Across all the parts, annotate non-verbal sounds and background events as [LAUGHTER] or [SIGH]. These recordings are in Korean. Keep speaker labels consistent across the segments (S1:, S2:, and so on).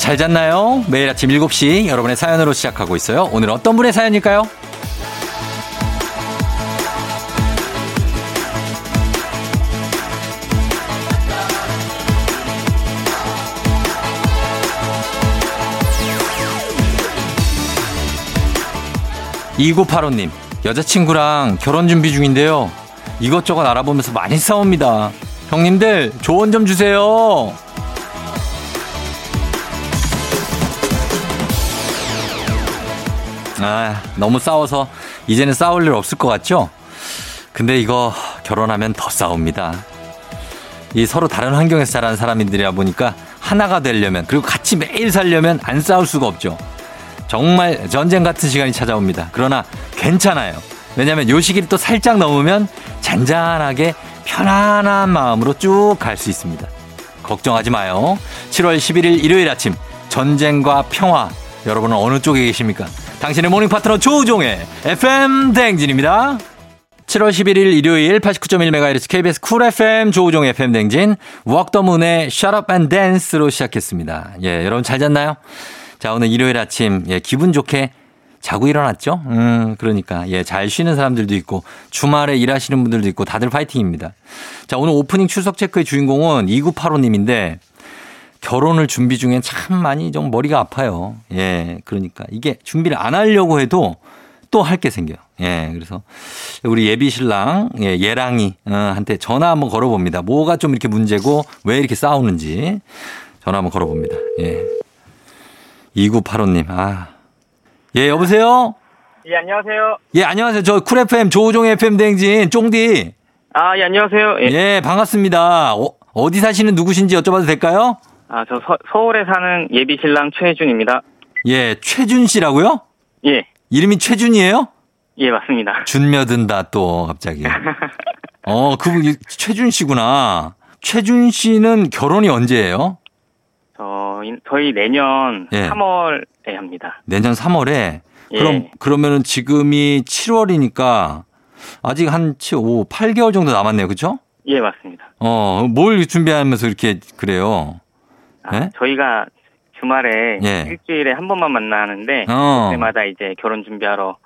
S1: 잘 잤나요? 매일 아침 7시 여러분의 사연으로 시작하고 있어요. 오늘 어떤 분의 사연일까요? 2985님, 여자친구랑 결혼 준비 중인데요. 이것저것 알아보면서 많이 싸웁니다. 형님들, 조언 좀 주세요. 아, 너무 싸워서 이제는 싸울 일 없을 것 같죠? 근데 이거 결혼하면 더 싸웁니다. 이 서로 다른 환경에서 자란 사람들이라 보니까 하나가 되려면 그리고 같이 매일 살려면 안 싸울 수가 없죠. 정말 전쟁 같은 시간이 찾아옵니다. 그러나 괜찮아요. 왜냐하면 요 시기를 또 살짝 넘으면 잔잔하게 편안한 마음으로 쭉 갈 수 있습니다. 걱정하지 마요. 7월 11일 일요일 아침 전쟁과 평화 여러분은 어느 쪽에 계십니까? 당신의 모닝 파트너 조우종의 FM 대행진입니다. 7월 11일 일요일 89.1MHz KBS 쿨 FM 조우종 FM 댕진 웍더문의 Shut Up and Dance로 시작했습니다. 예, 여러분 잘 잤나요? 자, 오늘 일요일 아침 예, 기분 좋게 자고 일어났죠? 음, 그러니까 예, 잘 쉬는 사람들도 있고 주말에 일하시는 분들도 있고 다들 파이팅입니다. 자, 오늘 오프닝 출석 체크의 주인공은 2985님인데 결혼을 준비 중엔 참 많이 좀 머리가 아파요. 예, 그러니까 이게 준비를 안 하려고 해도 또 할 게 생겨요. 예, 그래서 우리 예비 신랑 예, 예랑이 어, 한테 전화 한번 걸어봅니다. 뭐가 좀 이렇게 문제고 왜 이렇게 싸우는지 전화 한번 걸어봅니다. 예, 2985님, 아, 예, 여보세요.
S2: 예, 안녕하세요.
S1: 예, 안녕하세요. 저 쿨 FM 조우종 FM 대행진 쫑디.
S2: 아, 예, 안녕하세요. 예.
S1: 예, 반갑습니다. 어, 어디 사시는 누구신지 여쭤봐도 될까요?
S2: 아, 저 서, 울에 사는 예비 신랑 최혜준입니다.
S1: 예, 최준 씨라고요?
S2: 예.
S1: 이름이 최준이에요?
S2: 예, 맞습니다.
S1: 준며든다 또 갑자기. 어, 그분 이 최준 씨구나. 최준 씨는 결혼이 언제예요?
S2: 저 저희 내년
S1: 예.
S2: 3월에 합니다.
S1: 내년 3월에.
S2: 예.
S1: 그럼 그러면은 지금이 7월이니까 아직 한 7, 5, 8개월 정도 남았네요. 그렇죠?
S2: 예, 맞습니다.
S1: 어, 뭘 준비하면서 이렇게 그래요?
S2: 아,
S1: 예?
S2: 저희가 주말에
S1: 예.
S2: 일주일에 한 번만 만나는데
S1: 어.
S2: 그때마다 이제 결혼 준비하러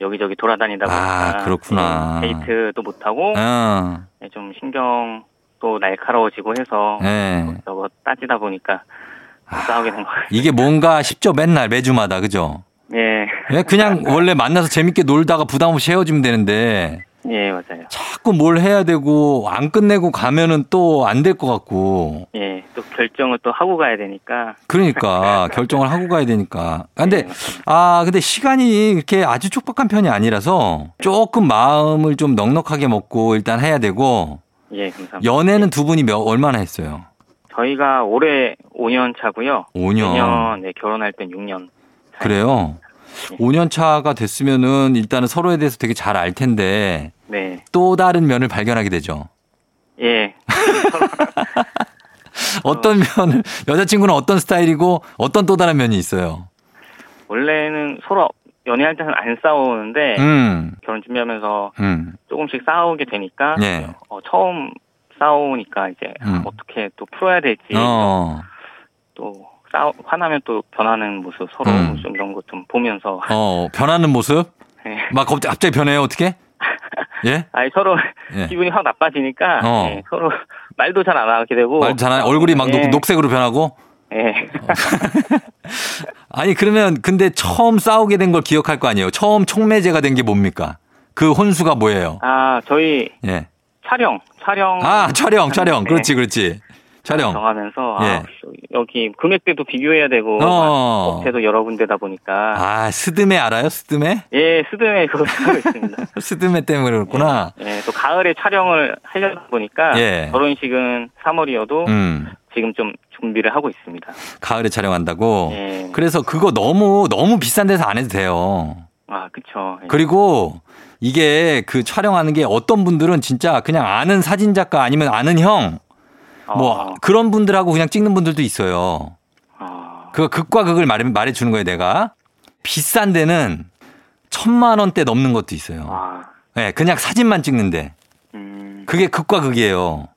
S2: 여기저기 돌아다니다
S1: 아,
S2: 보니까
S1: 그렇구나.
S2: 예, 데이트도 못 하고
S1: 어.
S2: 예, 좀 신경 도 날카로워지고 해서
S1: 예.
S2: 저거 따지다 보니까
S1: 아.
S2: 싸우게 된 거예요.
S1: 이게 뭔가 싶죠. 맨날 매주마다. 그죠?
S2: 예.
S1: 예, 그냥 원래 만나서 재밌게 놀다가 부담 없이 헤어지면 되는데
S2: 예, 맞아요.
S1: 자꾸 뭘 해야 되고 안 끝내고 가면은 또 안 될 것 같고
S2: 예, 또 결정을 또 하고 가야 되니까.
S1: 그러니까 결정을 하고 가야 되니까. 아, 근데
S2: 네,
S1: 아 근데 시간이 이렇게 아주 촉박한 편이 아니라서 조금 마음을 좀 넉넉하게 먹고 일단 해야 되고
S2: 예, 감사합니다.
S1: 연애는 두 분이 몇 얼마나 했어요?
S2: 저희가 올해 5년 차고요.
S1: 5년.
S2: 내년, 네, 결혼할 땐 6년.
S1: 그래요.
S2: 네.
S1: 5년 차가 됐으면은 일단은 서로에 대해서 되게 잘 알 텐데
S2: 네.
S1: 또 다른 면을 발견하게 되죠.
S2: 예.
S1: 어떤 면을 여자친구는 어떤 스타일이고 어떤 또 다른 면이 있어요.
S2: 원래는 서로 연애할 때는 안 싸우는데
S1: 음.
S2: 결혼 준비하면서
S1: 음.
S2: 조금씩 싸우게 되니까
S1: 예.
S2: 어, 처음 싸우니까 이제
S1: 음.
S2: 어떻게 또 풀어야 될지
S1: 어.
S2: 예. 또 싸우 화나면 또 변하는 모습 서로
S1: 음.
S2: 좀 이런 거 좀 [LAUGHS] 보면서
S1: 어, 변하는 모습?
S2: 예.
S1: 막 갑자기, 갑자기 변해요, 어떻게? 예?
S2: 아니 서로
S1: 예.
S2: 기분이 확 나빠지니까
S1: 어.
S2: 예, 서로 [LAUGHS] 말도 잘 안 하게 되고
S1: 말도 잘하네. 얼굴이 막
S2: 뭐, 예.
S1: 녹, 색으로 변하고?
S2: 예.
S1: 아니, 그러면 근데 처음 싸우게 된 걸 기억할 거 아니에요? 처음 촉매제가 된 게 뭡니까? 그 혼수가 뭐예요?
S2: 아 저희
S1: 예.
S2: 촬영 촬영
S1: 아, 촬영, 촬영.
S2: 네.
S1: 그렇지, 그렇지. 촬영.
S2: 정하면서
S1: 예.
S2: 아, 여기 금액대도 비교해야 되고
S1: 어.
S2: 업체도 여러 군데다 보니까
S1: 아, 스드메 알아요? 스드메? [LAUGHS]
S2: 예 스드메 그거 쓰고 있습니다.
S1: 스드메 때문에 그렇구나.
S2: 예, 또 가을에 촬영을 하려다 보니까
S1: 예.
S2: 결혼식은 3월이어도
S1: 음.
S2: 지금 좀 준비를 하고 있습니다.
S1: 가을에 촬영한다고.
S2: 예.
S1: 그래서 그거 너무 너무 비싼 데서 안 해도 돼요.
S2: 아 그쵸. 예.
S1: 그리고 이게 그 촬영하는 게 어떤 분들은 진짜 그냥 아는 사진 작가 아니면 아는 형 뭐
S2: 어,
S1: 그런 분들하고 그냥 찍는 분들도 있어요.
S2: 어,
S1: 그 극과 극을 말해 말해 주는 거예요, 내가. 비싼 데는 천만 원대 넘는 것도 있어요.
S2: 아,
S1: 예, 그냥 사진만 찍는데
S2: 음,
S1: 그게 극과 극이에요.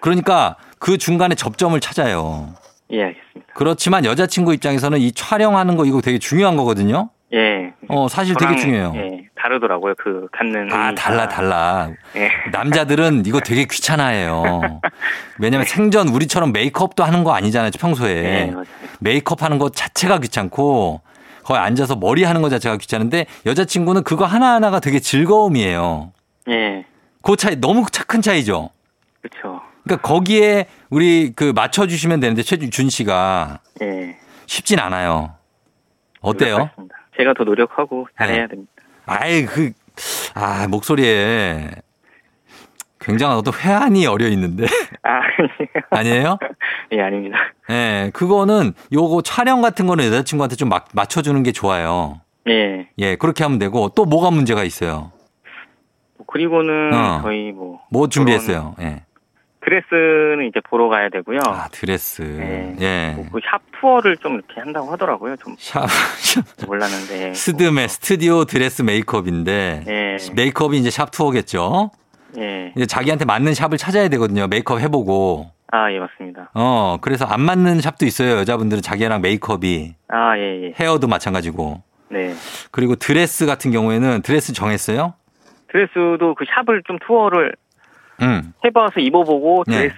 S1: 그러니까 그 중간에 접점을 찾아요.
S2: 예, 알겠습니다.
S1: 그렇지만 여자친구 입장에서는 이 촬영하는 거 이거 되게 중요한 거거든요.
S2: 예.
S1: 어, 사실 되게
S2: 저랑,
S1: 중요해요.
S2: 예, 다르더라고요. 그 갖는
S1: 아,
S2: 의미가.
S1: 달라, 달라.
S2: 예.
S1: 남자들은 이거 되게 귀찮아해요. 왜냐면 생전 우리처럼 메이크업도 하는 거 아니잖아요,
S2: 예,
S1: 평소에.
S2: 맞아요.
S1: 메이크업 하는 것 자체가 귀찮고 거의 앉아서 머리 하는 것 자체가 귀찮은데 여자친구는 그거 하나하나가 되게 즐거움이에요.
S2: 예.
S1: 그 차이 너무 차- 큰 차이죠.
S2: 그렇죠.
S1: 그러니까 거기에 우리 그 맞춰 주시면 되는데 최준 씨가
S2: 예.
S1: 쉽진 않아요. 어때요? 네.
S2: 노력하겠습니다. 제가 더 노력하고 잘해야 됩니다.
S1: 아이 그 아 목소리에 굉장한 어떤 회한이 어려 있는데 [LAUGHS]
S2: 아,
S1: 아니에요?
S2: 아니에요. 예, 아닙니다.
S1: 예, 그거는 요거 촬영 같은 거는 여자친구한테 좀 막, 맞춰주는 게 좋아요.
S2: 예.
S1: 예, 그렇게 하면 되고 또 뭐가 문제가 있어요?
S2: 뭐 그리고는
S1: 어.
S2: 저희 뭐
S1: 뭐 준비했어요? 예.
S2: 드레스는 이제 보러 가야 되고요.
S1: 아, 드레스.
S2: 네.
S1: 예.
S2: 뭐그샵 투어를 좀 이렇게 한다고 하더라고요. 좀
S1: 샵, [LAUGHS] 샵,
S2: 몰랐는데.
S1: 스드메, 스튜디오 드레스 메이크업인데.
S2: 예.
S1: 메이크업이 이제 샵 투어겠죠? 네.
S2: 예.
S1: 이제 자기한테 맞는 샵을 찾아야 되거든요. 메이크업 해보고.
S2: 아, 예, 맞습니다.
S1: 어, 그래서 안 맞는 샵도 있어요. 여자분들은 자기랑 메이크업이.
S2: 아, 예, 예.
S1: 헤어도 마찬가지고.
S2: 네.
S1: 그리고 드레스 같은 경우에는 드레스 정했어요?
S2: 드레스도 그 샵을 좀 투어를
S1: 응.
S2: 해봐서 입어보고
S1: 네.
S2: 드레스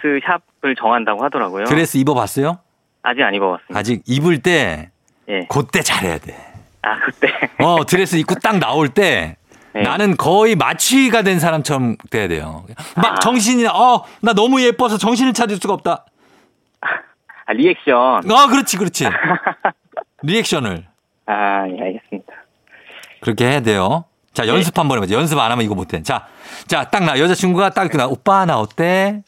S2: 샵을 정한다고 하더라고요.
S1: 드레스 입어봤어요?
S2: 아직 안 입어봤습니다.
S1: 아직 입을 때,
S2: 예.
S1: 그때 잘해야 돼.
S2: 아, 그때.
S1: 어, 드레스 입고 딱 나올 때
S2: 네.
S1: 나는 거의 마취가 된 사람처럼 돼야 돼요. 막
S2: 아.
S1: 정신이, 어, 나 너무 예뻐서 정신을 차릴 수가 없다.
S2: 아, 리액션.
S1: 아, 그렇지,
S2: [LAUGHS]
S1: 그렇지. 리액션을.
S2: 아, 예, 알겠습니다.
S1: 그렇게 해야 돼요.
S2: 네.
S1: 자, 연습 한번 해보자. 연습 안 하면 이거 못해. 자, 자, 딱 나, 여자친구가 딱 입고 나, 오빠, 나 어때?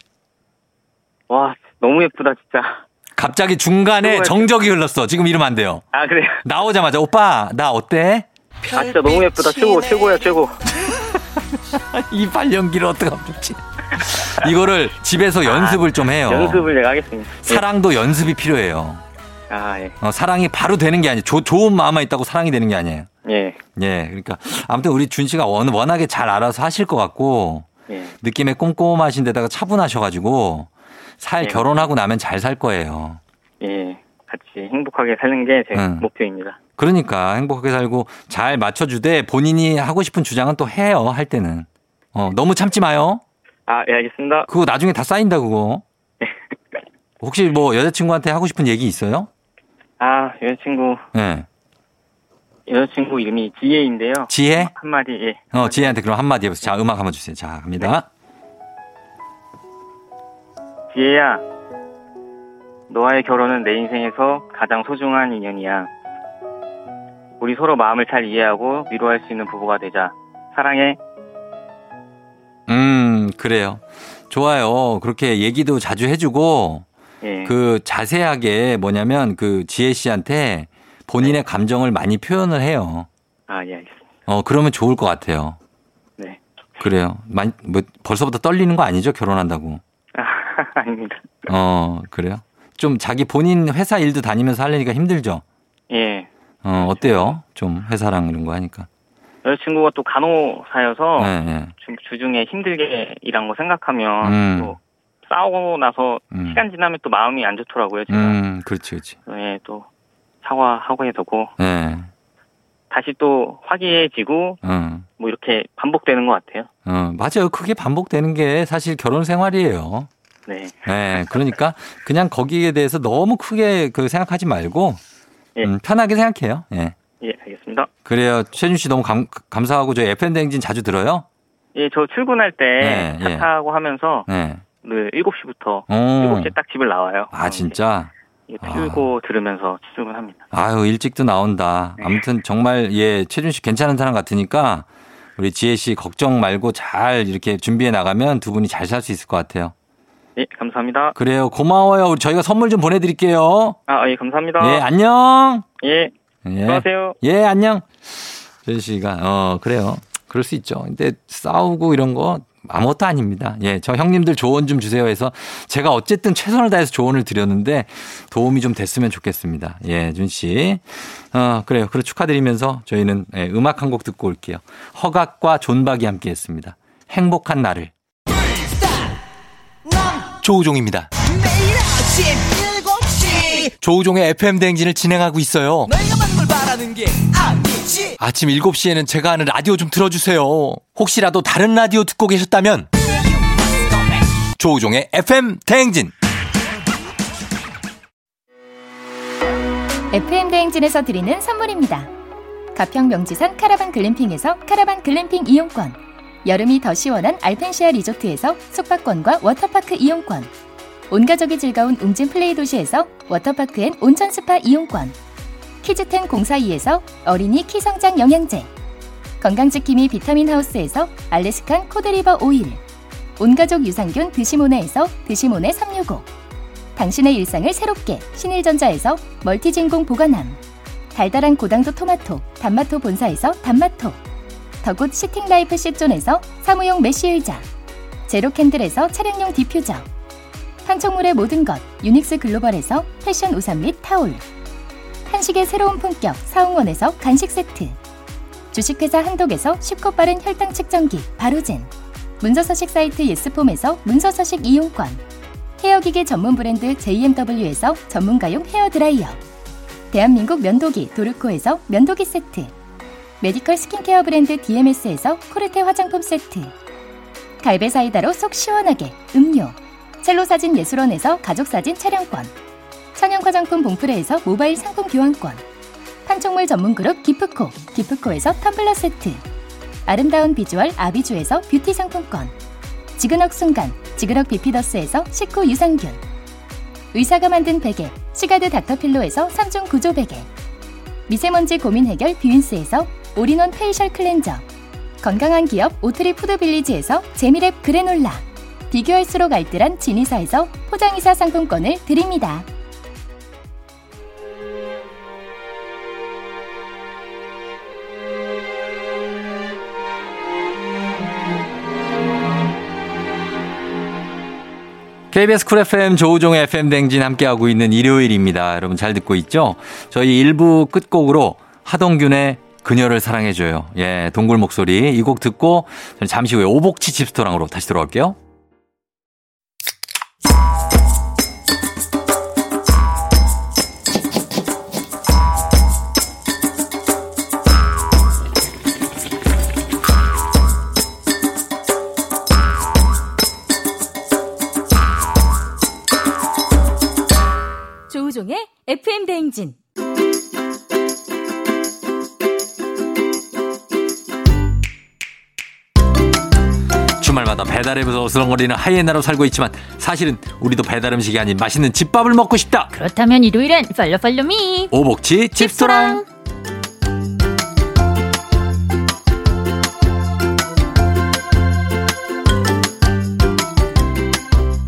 S2: 와, 너무 예쁘다, 진짜.
S1: 갑자기 중간에
S2: 정말.
S1: 정적이 흘렀어. 지금 이러면 안 돼요.
S2: 아, 그래요?
S1: 나오자마자, 오빠, 나 어때?
S2: 아, 진짜 너무 예쁘다. 최고, 최고야, 최고.
S1: 이 발연기를 어떡합니까? 이거를 집에서 연습을 좀 해요.
S2: 아, 연습을 제가 하겠습니다. 예.
S1: 사랑도 연습이 필요해요.
S2: 아, 예.
S1: 어, 사랑이 바로 되는 게 아니에요. 조- 좋은 마음만 있다고 사랑이 되는 게 아니에요.
S2: 예.
S1: 예, 그러니까 아무튼 우리 준 씨가 원, 워낙에 잘 알아서 하실 것 같고
S2: 예.
S1: 느낌에 꼼꼼하신 데다가 차분하셔가지고 살
S2: 네.
S1: 결혼하고 나면 잘 살 거예요.
S2: 예. 같이 행복하게 사는 게 제
S1: 응.
S2: 목표입니다.
S1: 그러니까 행복하게 살고 잘 맞춰주되 본인이 하고 싶은 주장은 또 해요 할 때는 어, 너무 참지 마요.
S2: 아, 예, 알겠습니다.
S1: 그거 나중에 다 쌓인다 그거. 혹시 뭐 여자친구한테 하고 싶은 얘기 있어요?
S2: 아, 여자친구,
S1: 예,
S2: 여자친구 이름이 지혜인데요.
S1: 지혜.
S2: 한마디, 예.
S1: 어, 지혜한테 그럼 한마디 해보세요. 자, 음악 한번 주세요. 자, 갑니다.
S2: 지혜야, 너와의 결혼은 내 인생에서 가장 소중한 인연이야. 우리 서로 마음을 잘 이해하고 위로할 수 있는 부부가 되자. 사랑해.
S1: 음, 그래요. 좋아요. 그렇게 얘기도 자주 해주고,
S2: 예.
S1: 그 자세하게 뭐냐면 그 지혜 씨한테 본인의 감정을 많이 표현을 해요.
S2: 아, 예, 알겠습니다.
S1: 어, 그러면 좋을 것 같아요.
S2: 네. [LAUGHS]
S1: 그래요. 많이, 뭐, 벌써부터 떨리는 거 아니죠? 결혼한다고.
S2: 아, 아닙니다.
S1: 어, 그래요? 좀 자기 본인 회사 일도 다니면서 하려니까 힘들죠?
S2: 예.
S1: 어, 어때요? 좀 회사랑 이런 거 하니까.
S2: 여자친구가 또 간호사여서
S1: 예, 예.
S2: 주, 주중에 힘들게 일한 거 생각하면
S1: 음.
S2: 또 싸우고 나서
S1: 음.
S2: 시간 지나면 또 마음이 안 좋더라고요. 제가.
S1: 음, 그렇지, 그렇지.
S2: 예, 또 사과하고 해두고
S1: 예.
S2: 다시 또 화기애애지고
S1: 응.
S2: 뭐 이렇게 반복되는 것 같아요.
S1: 어, 맞아요. 그게 반복되는 게 사실 결혼 생활이에요.
S2: 네.
S1: 네, 그러니까 그냥 거기에 대해서 너무 크게 그 생각하지 말고
S2: 예.
S1: 음, 편하게 생각해요. 예.
S2: 예, 알겠습니다.
S1: 그래요. 최준 씨 너무 감, 감사하고 저 FM 댕진 자주 들어요.
S2: 예, 저 출근할 때
S1: 네,
S2: 차
S1: 예.
S2: 타고 하면서
S1: 네.
S2: 늘 7시부터
S1: 어.
S2: 7시에 딱 집을 나와요. 어,
S1: 아 진짜. 아.
S2: 이게 틀고 들으면서 출근합니다.
S1: 아유 일찍도 나온다. 아무튼 정말 예 최준 씨 괜찮은 사람 같으니까 우리 지혜 씨 걱정 말고 잘 이렇게 준비해 나가면 두 분이 잘 살 수 있을 것 같아요.
S2: 예, 감사합니다.
S1: 그래요. 고마워요. 우리 저희가 선물 좀 보내드릴게요.
S2: 아, 예, 감사합니다.
S1: 예 안녕.
S2: 예,
S1: 예.
S2: 수고하세요.
S1: 예, 안녕. 준 씨가 어 그래요. 그럴 수 있죠. 근데 싸우고 이런 거 아무것도 아닙니다. 예, 저 형님들 조언 좀 주세요 해서 제가 어쨌든 최선을 다해서 조언을 드렸는데 도움이 좀 됐으면 좋겠습니다. 예, 준 씨. 어, 그래요. 그래 축하드리면서 저희는 예, 음악 한 곡 듣고 올게요. 허각과 존박이 함께 했습니다. 행복한 나를. 조우종입니다.
S3: 매일 아침 7시
S1: 조우종의 FM 대행진을 진행하고 있어요.
S3: 너희가 받는 걸 바라는 게 아니지
S1: 아침 7시에는 제가 하는 라디오 좀 틀어주세요. 혹시라도 다른 라디오 듣고 계셨다면 조우종의 FM 대행진.
S4: FM 대행진에서 드리는 선물입니다. 가평 명지산 카라반 글램핑에서 카라반 글램핑 이용권, 여름이 더 시원한 알펜시아 리조트에서 숙박권과 워터파크 이용권, 온 가족이 즐거운 웅진 플레이 도시에서 워터파크엔 온천 스파 이용권, 키즈텐 공사이에서 어린이 키 성장 영양제, 건강지킴이 비타민 하우스에서 알래스칸 코데리버 오일, 온가족 유산균 드시모네에서 드시모네 365. 당신의 일상을 새롭게 신일전자에서 멀티진공 보관함 달달한 고당도 토마토 단마토 본사에서 단마토 더굿 시팅라이프 시존에서 사무용 메쉬 의자 제로캔들에서 차량용 디퓨저 판촉물의 모든 것 유닉스 글로벌에서 패션 우산 및 타올 한식의 새로운 품격 사홍원에서 간식 세트 주식회사 한독에서 쉽고 빠른 혈당 측정기 바로젠 문서서식 사이트 예스폼에서 문서서식 이용권 헤어기계 전문 브랜드 JMW에서 전문가용 헤어드라이어 대한민국 면도기 도르코에서 면도기 세트 메디컬 스킨케어 브랜드 DMS에서 코르테 화장품 세트 갈베 사이다로 속 시원하게 음료 첼로 사진 예술원에서 가족 사진 촬영권 천연 화장품 봉프레에서 모바일 상품 교환권 판촉물 전문 그룹 기프코 기프코에서 텀블러 세트 아름다운 비주얼 아비주에서 뷰티 상품권 지그넉 순간 지그넉 비피더스에서 식후 유산균 의사가 만든 베개 시가드 닥터필로에서 3중 구조 베개 미세먼지 고민 해결 뷰인스에서 올인원 페이셜 클렌저 건강한 기업 오트리 푸드빌리지에서 재미랩 그래놀라 비교할수록 알뜰한 진이사에서 포장이사 상품권을 드립니다.
S1: KBS 쿨 FM 조우종의 FM 댕진 함께하고 있는 일요일입니다. 여러분 잘 듣고 있죠? 저희 1부 끝곡으로 하동균의 그녀를 사랑해줘요. 예, 동굴 목소리 이 곡 듣고 저는 잠시 후에 오복치 집스토랑으로 다시 돌아올게요.
S5: 조우종의 FM 대행진.
S1: 주말마다 배달앱에서 어슬렁거리는 하이에나로 살고 있지만 사실은 우리도 배달 음식이 아닌 맛있는 집밥을 먹고 싶다.
S5: 그렇다면 일요일엔 팔로 팔로미.
S1: 오복치 집스토랑.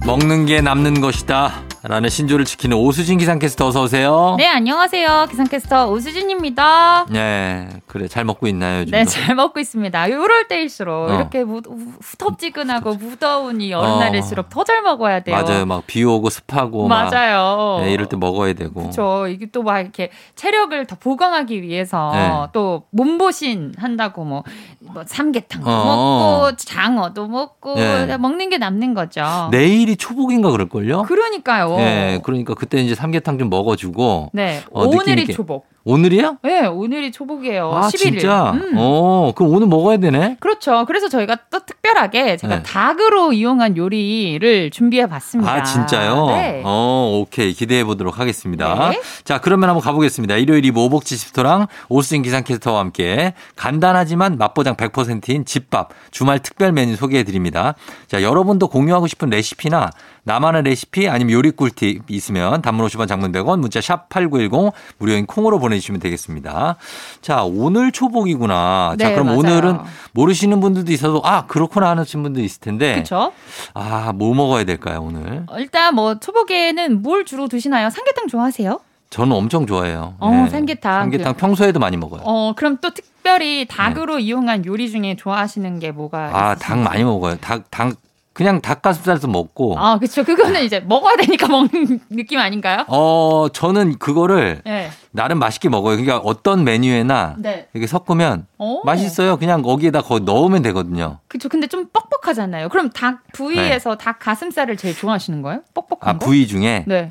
S1: 먹는 게 남는 것이다. 라는 신조를 지키는 오수진 기상캐스터 어서 오세요.
S5: 네 안녕하세요 기상캐스터 오수진입니다.
S1: 예, 그래 잘 먹고 있나요? 요즘도?
S5: 네잘 먹고 있습니다. 이럴 때일수록
S1: 어.
S5: 이렇게 무, 후- 후텁지근하고 무더운 이 여름날일수록 더 잘 먹어야 돼요.
S1: 맞아요. 막 비 오고 습하고 막
S5: 맞아요.
S1: 네, 이럴 때 먹어야 되고.
S5: 그렇죠. 이게 또 막 이렇게 체력을 더 보강하기 위해서
S1: 네.
S5: 또 몸보신 한다고 뭐, 뭐 삼계탕도
S1: 어.
S5: 먹고 장어도 먹고
S1: 네.
S5: 먹는 게 남는 거죠.
S1: 내일이 초복인가 그럴걸요?
S5: 그러니까요.
S1: 예, 그러니까 그때 이제 삼계탕 좀 먹어주고
S5: 네.
S1: 어, 느낌
S5: 오늘이
S1: 있게.
S5: 초복.
S1: 오늘이야?
S5: 네, 오늘이 초복이에요.
S1: 아
S5: 어, 11일.
S1: 진짜?
S5: 음.
S1: 어, 그럼 오늘 먹어야 되네.
S5: 그렇죠. 그래서 저희가 또 특별하게 제가
S1: 네.
S5: 닭으로 이용한 요리를 준비해 봤습니다.
S1: 아 진짜요?
S5: 네.
S1: 어, 오케이 기대해 보도록 하겠습니다.
S5: 네.
S1: 자, 그러면 한번 가보겠습니다. 일요일 이브 오복지 집토랑 오수진 기상캐스터와 함께 간단하지만 맛보장 100%인 집밥 주말 특별 메뉴 소개해 드립니다. 자, 여러분도 공유하고 싶은 레시피나 나만의 레시피 아니면 요리 꿀팁 있으면 단문 50원 장문 100원 문자 샵 8910 무료인 콩으로 보내주시면 되겠습니다. 자, 오늘 초복이구나. 자,
S5: 네,
S1: 그럼
S5: 맞아요.
S1: 오늘은 모르시는 분들도 있어도 아, 그렇구나 하는 분도 있을 텐데.
S5: 그렇죠.
S1: 아, 뭐 먹어야 될까요, 오늘?
S5: 일단 뭐 초복에는 뭘 주로 드시나요? 삼계탕 좋아하세요?
S1: 저는 엄청 좋아해요. 네.
S5: 어, 삼계탕.
S1: 삼계탕 평소에도 많이 먹어요.
S5: 어, 그럼 또 특별히 닭으로 이용한 요리 중에 좋아하시는 게 뭐가
S1: 네. 아, 닭 많이 먹어요. 닭, 닭, 그냥 닭가슴살도 먹고.
S5: 아, 그렇죠. 그거는 이제 먹어야 되니까 먹는 [LAUGHS] 느낌 아닌가요?
S1: 어, 저는 그거를
S5: 네.
S1: 나름 맛있게 먹어요. 그러니까 어떤 메뉴에나
S5: 네.
S1: 이렇게 섞으면
S5: 어.
S1: 맛있어요. 그냥 거기에다 거 넣으면 되거든요.
S5: 그렇죠. 근데 좀 뻑뻑하잖아요. 그럼 닭 부위에서 닭 가슴살을 제일 좋아하시는 거예요? 뻑뻑한
S1: 네. 아,
S5: 거?
S1: 부위 중에.
S5: 네.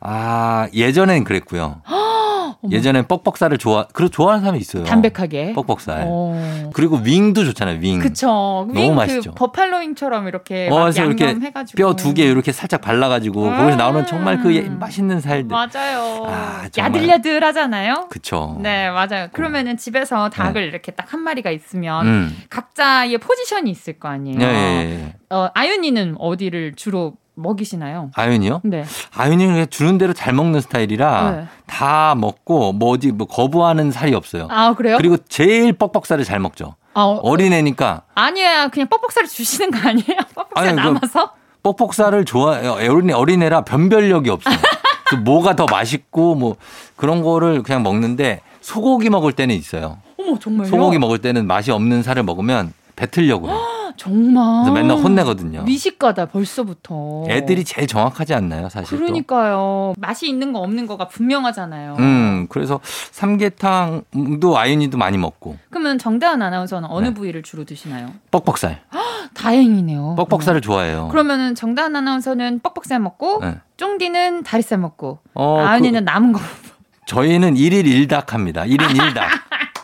S1: 아, 예전엔
S5: [GASPS]
S1: 그랬고요. 예전엔 뻑뻑살을 좋아, 그리고 좋아하는 사람이 있어요.
S5: 담백하게.
S1: 뻑뻑살. 네.
S5: 어.
S1: 그리고 윙도 좋잖아요, 윙.
S5: 그쵸.
S1: 음. 너무
S5: 윙
S1: 맛있죠.
S5: 그 버팔로윙처럼 이렇게
S1: 어,
S5: 막
S1: 그래서 이렇게
S5: 네, 양념해가지고
S1: 뼈 두 개 이렇게 살짝 발라가지고,
S5: 음.
S1: 거기서 나오는 정말 그 예- 맛있는 살들.
S5: 맞아요.
S1: 아, 정말.
S5: 야들야들하잖아요.
S1: 그쵸. 네.
S5: 네, 맞아요. 그러면은 집에서 닭을 이렇게 딱 한 마리가 있으면
S1: 음.
S5: 각자의 포지션이 있을 거 아니에요.
S1: 예, 예, 예.
S5: 어, 아윤이는 어디를 주로 먹이시나요?
S1: 아윤이요?
S5: 네.
S1: 아윤이는 그냥 주는 대로 잘 먹는 스타일이라
S5: 네.
S1: 다 먹고, 뭐 어디, 뭐 거부하는 살이 없어요.
S5: 아, 그래요?
S1: 그리고 제일 뻑뻑살을 잘 먹죠.
S5: 아, 어,
S1: 어린애니까
S5: 아니야. 그냥 뻑뻑살 주시는 거 아니에요? [LAUGHS] 뻑뻑살
S1: 아니, 그-
S5: 남아서?
S1: 뻑뻑살을 좋아해요. 어린애, 어린애라 변별력이
S5: [LAUGHS]
S1: 없어요. 그래서 뭐가 더 맛있고 뭐 그런 거를 그냥 먹는데 소고기 먹을 때는 있어요.
S5: 어머, 정말요?
S1: 소고기 먹을 때는 맛이 없는 살을 먹으면 뱉으려고 해요.
S5: 정말.
S1: 그래서 맨날 혼내거든요.
S5: 미식가다 벌써부터.
S1: 애들이 제일 정확하지 않나요, 사실? 또?
S5: 어. 그러니까요. 맛이 있는 거 없는 거가 분명하잖아요.
S1: 음, 그래서 삼계탕도 아윤이도 많이 먹고
S5: 그러면 정다은 아나운서는 어느
S1: 네.
S5: 부위를 주로 드시나요?
S1: 뻑뻑살,
S5: 다행이네요.
S1: 뻑뻑살을 좋아해요.
S5: 어. 아, 그러면은 정다은 아나운서는 뻑뻑살 먹고
S1: 네.
S5: 쫑디는 다리살 먹고
S1: 어,
S5: 아은이는 남은 거.
S1: 저희는 1일 1닭 합니다. 1인
S5: [LAUGHS]
S1: 1닭.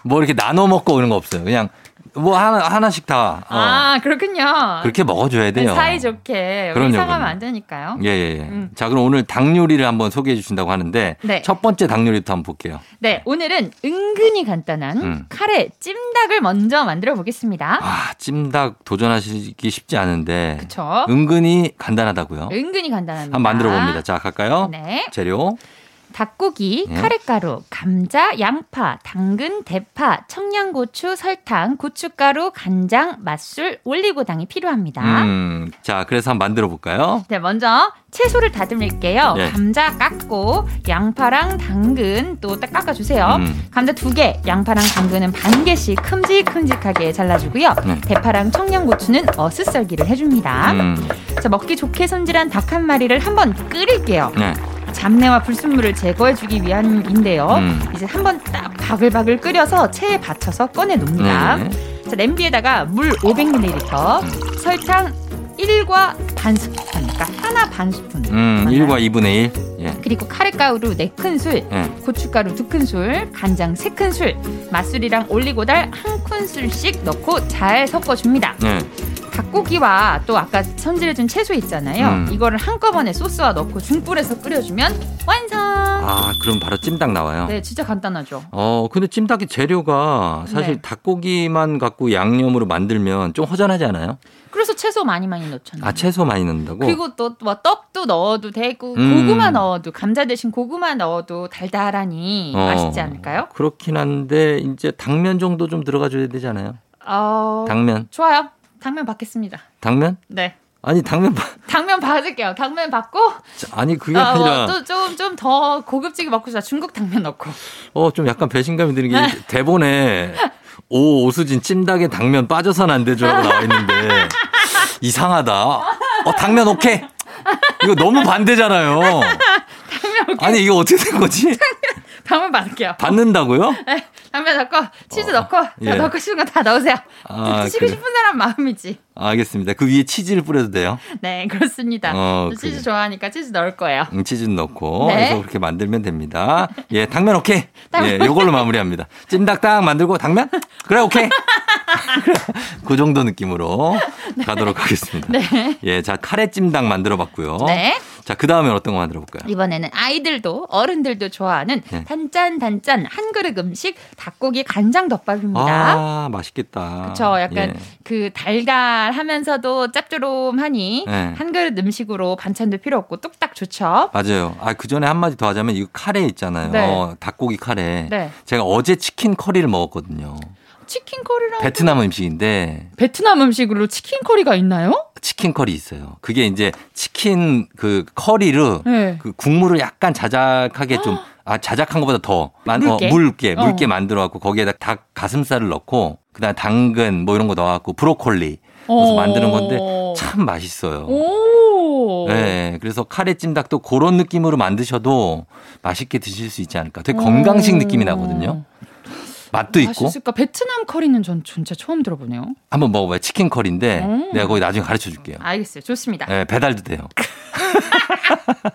S1: 뭐 이렇게 나눠 먹고 그런 거 없어요. 그냥 뭐 하나, 하나씩 다. 어,
S5: 아 그렇군요.
S1: 그렇게 먹어줘야 돼요.
S5: 사이 좋게
S1: 그럼요,
S5: 우리 상하면
S1: 그럼요.
S5: 안 되니까요.
S1: 예, 예, 예.
S5: 음.
S1: 자, 그럼 오늘 닭 요리를 한번 소개해 주신다고 하는데
S5: 네.
S1: 첫 번째 닭 요리부터 한번 볼게요.
S5: 네 오늘은 은근히 간단한
S1: 음.
S5: 카레 찜닭을 먼저 만들어 보겠습니다.
S1: 아, 찜닭 도전하시기 쉽지 않은데
S5: 그렇죠.
S1: 은근히 간단하다고요.
S5: 은근히 간단합니다.
S1: 음. 한번 만들어 봅니다. 자, 갈까요?
S5: 음. 아. 네.
S1: 재료.
S5: 닭고기,
S1: 예.
S5: 카레가루, 감자, 양파, 당근, 대파, 청양고추, 설탕, 고춧가루, 간장, 맛술, 올리고당이 필요합니다.
S1: 음. 자, 그래서 한번 만들어 볼까요?
S5: 네, 먼저 채소를 다듬을게요.
S1: 예.
S5: 감자 깎고 양파랑 당근 또 딱 깎아 주세요.
S1: 음.
S5: 감자 두 개, 양파랑 당근은 반 개씩 큼직큼직하게 잘라주고요.
S1: 네.
S5: 대파랑 청양고추는 어슷썰기를 해줍니다.
S1: 음.
S5: 자, 먹기 좋게 손질한 닭 한 마리를 한번 끓일게요.
S1: 네.
S5: 잡내와 불순물을 제거해주기 위함인데요.
S1: 음.
S5: 이제 한번 딱 바글바글 끓여서 체에 받쳐서 꺼내 놓습니다.
S1: 네.
S5: 자, 냄비에다가 물 500ml,
S1: 음.
S5: 설탕 1과 반 스푼, 그러니까 하나 반 스푼.
S1: 음,
S5: 맞나요?
S1: 1과 2분의 1. 예.
S5: 그리고 카레가루 4큰술,
S1: 예.
S5: 고춧가루 2큰술, 간장 3큰술, 맛술이랑 올리고달 1큰술씩 넣고 잘 섞어줍니다.
S1: 예.
S5: 닭고기와 또 아까 손질해준 채소 있잖아요.
S1: 음.
S5: 이거를 한꺼번에 소스와 넣고 중불에서 끓여주면 완성!
S1: 아, 그럼 바로 찜닭 나와요.
S5: 네, 진짜 간단하죠.
S1: 어, 근데 찜닭의 재료가 사실
S5: 네.
S1: 닭고기만 갖고 양념으로 만들면 좀 허전하지 않아요?
S5: 그래서 채소 많이 많이 넣잖아요.
S1: 아, 채소 많이 넣는다고?
S5: 그리고 또, 뭐 떡도 넣어도 되고
S1: 음.
S5: 고구마 넣어도 감자 대신 고구마 넣어도 달달하니
S1: 어,
S5: 맛있지 않을까요?
S1: 그렇긴 한데 이제 당면 정도 좀 들어가 줘야 되잖아요.
S5: 어,
S1: 당면.
S5: 좋아요. 당면 받겠습니다.
S1: 당면?
S5: 네.
S1: 아니, 당면 봐. [LAUGHS]
S5: 당면 받을게요. 당면 받고
S1: 아니, 그게
S5: 아,
S1: 아니라
S5: 뭐또좀좀 더 고급지게 먹고 싶다. 중국 당면 넣고. [LAUGHS]
S1: 어, 좀 약간 배신감이 드는 게 대본에 오, 오수진 찜닭에 당면 빠져선 안 되죠라고 나와 있는데 이상하다. 어, 당면 오케이. 이거 너무 반대잖아요. 아니, 이거 어떻게 된 거지?
S5: 당면 받을게요. 네.
S1: 받는다고요?
S5: 당면 넣고 치즈
S1: 어,
S5: 넣고 다
S1: 예.
S5: 넣고 싶은 거 다 넣으세요.
S1: 아,
S5: 드시고
S1: 그래.
S5: 싶은 사람 마음이지.
S1: 알겠습니다. 그 위에 치즈를 뿌려도 돼요?
S5: 네, 그렇습니다.
S1: 어,
S5: 저 치즈
S1: 그래.
S5: 좋아하니까 치즈 넣을 거예요.
S1: 응, 치즈 넣고
S5: 네.
S1: 해서 그렇게 만들면 됩니다. 예, 당면 오케이. 예,
S5: 당면.
S1: 요걸로 마무리합니다. 찜닭 딱 만들고 당면? 그래, 오케이. [LAUGHS] 그래, 그 정도 느낌으로 가도록 하겠습니다.
S5: 네.
S1: 예, 자, 카레 찜닭 만들어 봤고요.
S5: 네.
S1: 자, 그 다음에 어떤 거 만들어 볼까요?
S5: 이번에는 아이들도 어른들도 좋아하는
S1: 네.
S5: 단짠 단짠 한 그릇 음식 닭고기 간장 덮밥입니다.
S1: 아, 맛있겠다.
S5: 저 약간
S1: 예.
S5: 그 달달하면서도 짭조름하니
S1: 네.
S5: 한 그릇 음식으로 반찬도 필요 없고 뚝딱 좋죠.
S1: 맞아요. 아, 그 전에 한마디 더 하자면 이 카레 있잖아요.
S5: 네.
S1: 어, 닭고기 카레.
S5: 네.
S1: 제가 어제 치킨 커리를 먹었거든요.
S5: 치킨 커리랑
S1: 베트남 음식인데
S5: 베트남 음식으로 치킨 커리가 있나요?
S1: 치킨 커리 있어요. 그게 이제 치킨 그 커리를
S5: 네.
S1: 그 국물을 약간 자작하게 좀, 아, 자작한 것보다 더 만,
S5: 묽게?
S1: 어, 묽게,
S5: 어.
S1: 묽게 만들어갖고 거기에다 닭 가슴살을 넣고 그다음 에 당근 뭐 이런 거 넣어갖고 브로콜리 그래서
S5: 어.
S1: 만드는 건데 참 맛있어요.
S5: 오.
S1: 네, 그래서 카레 찜닭도 그런 느낌으로 만드셔도 맛있게 드실 수 있지 않을까. 되게
S5: 어.
S1: 건강식 느낌이 나거든요. 맛도 있고
S5: 맛있을까? 베트남 커리는 전 진짜 처음 들어보네요.
S1: 한번 먹어봐요. 치킨 커리인데
S5: 음. 아.
S1: 내가 거기 나중에 가르쳐 줄게요. 예,
S5: 알겠어요. 좋습니다.
S1: 네, 배달도 돼요.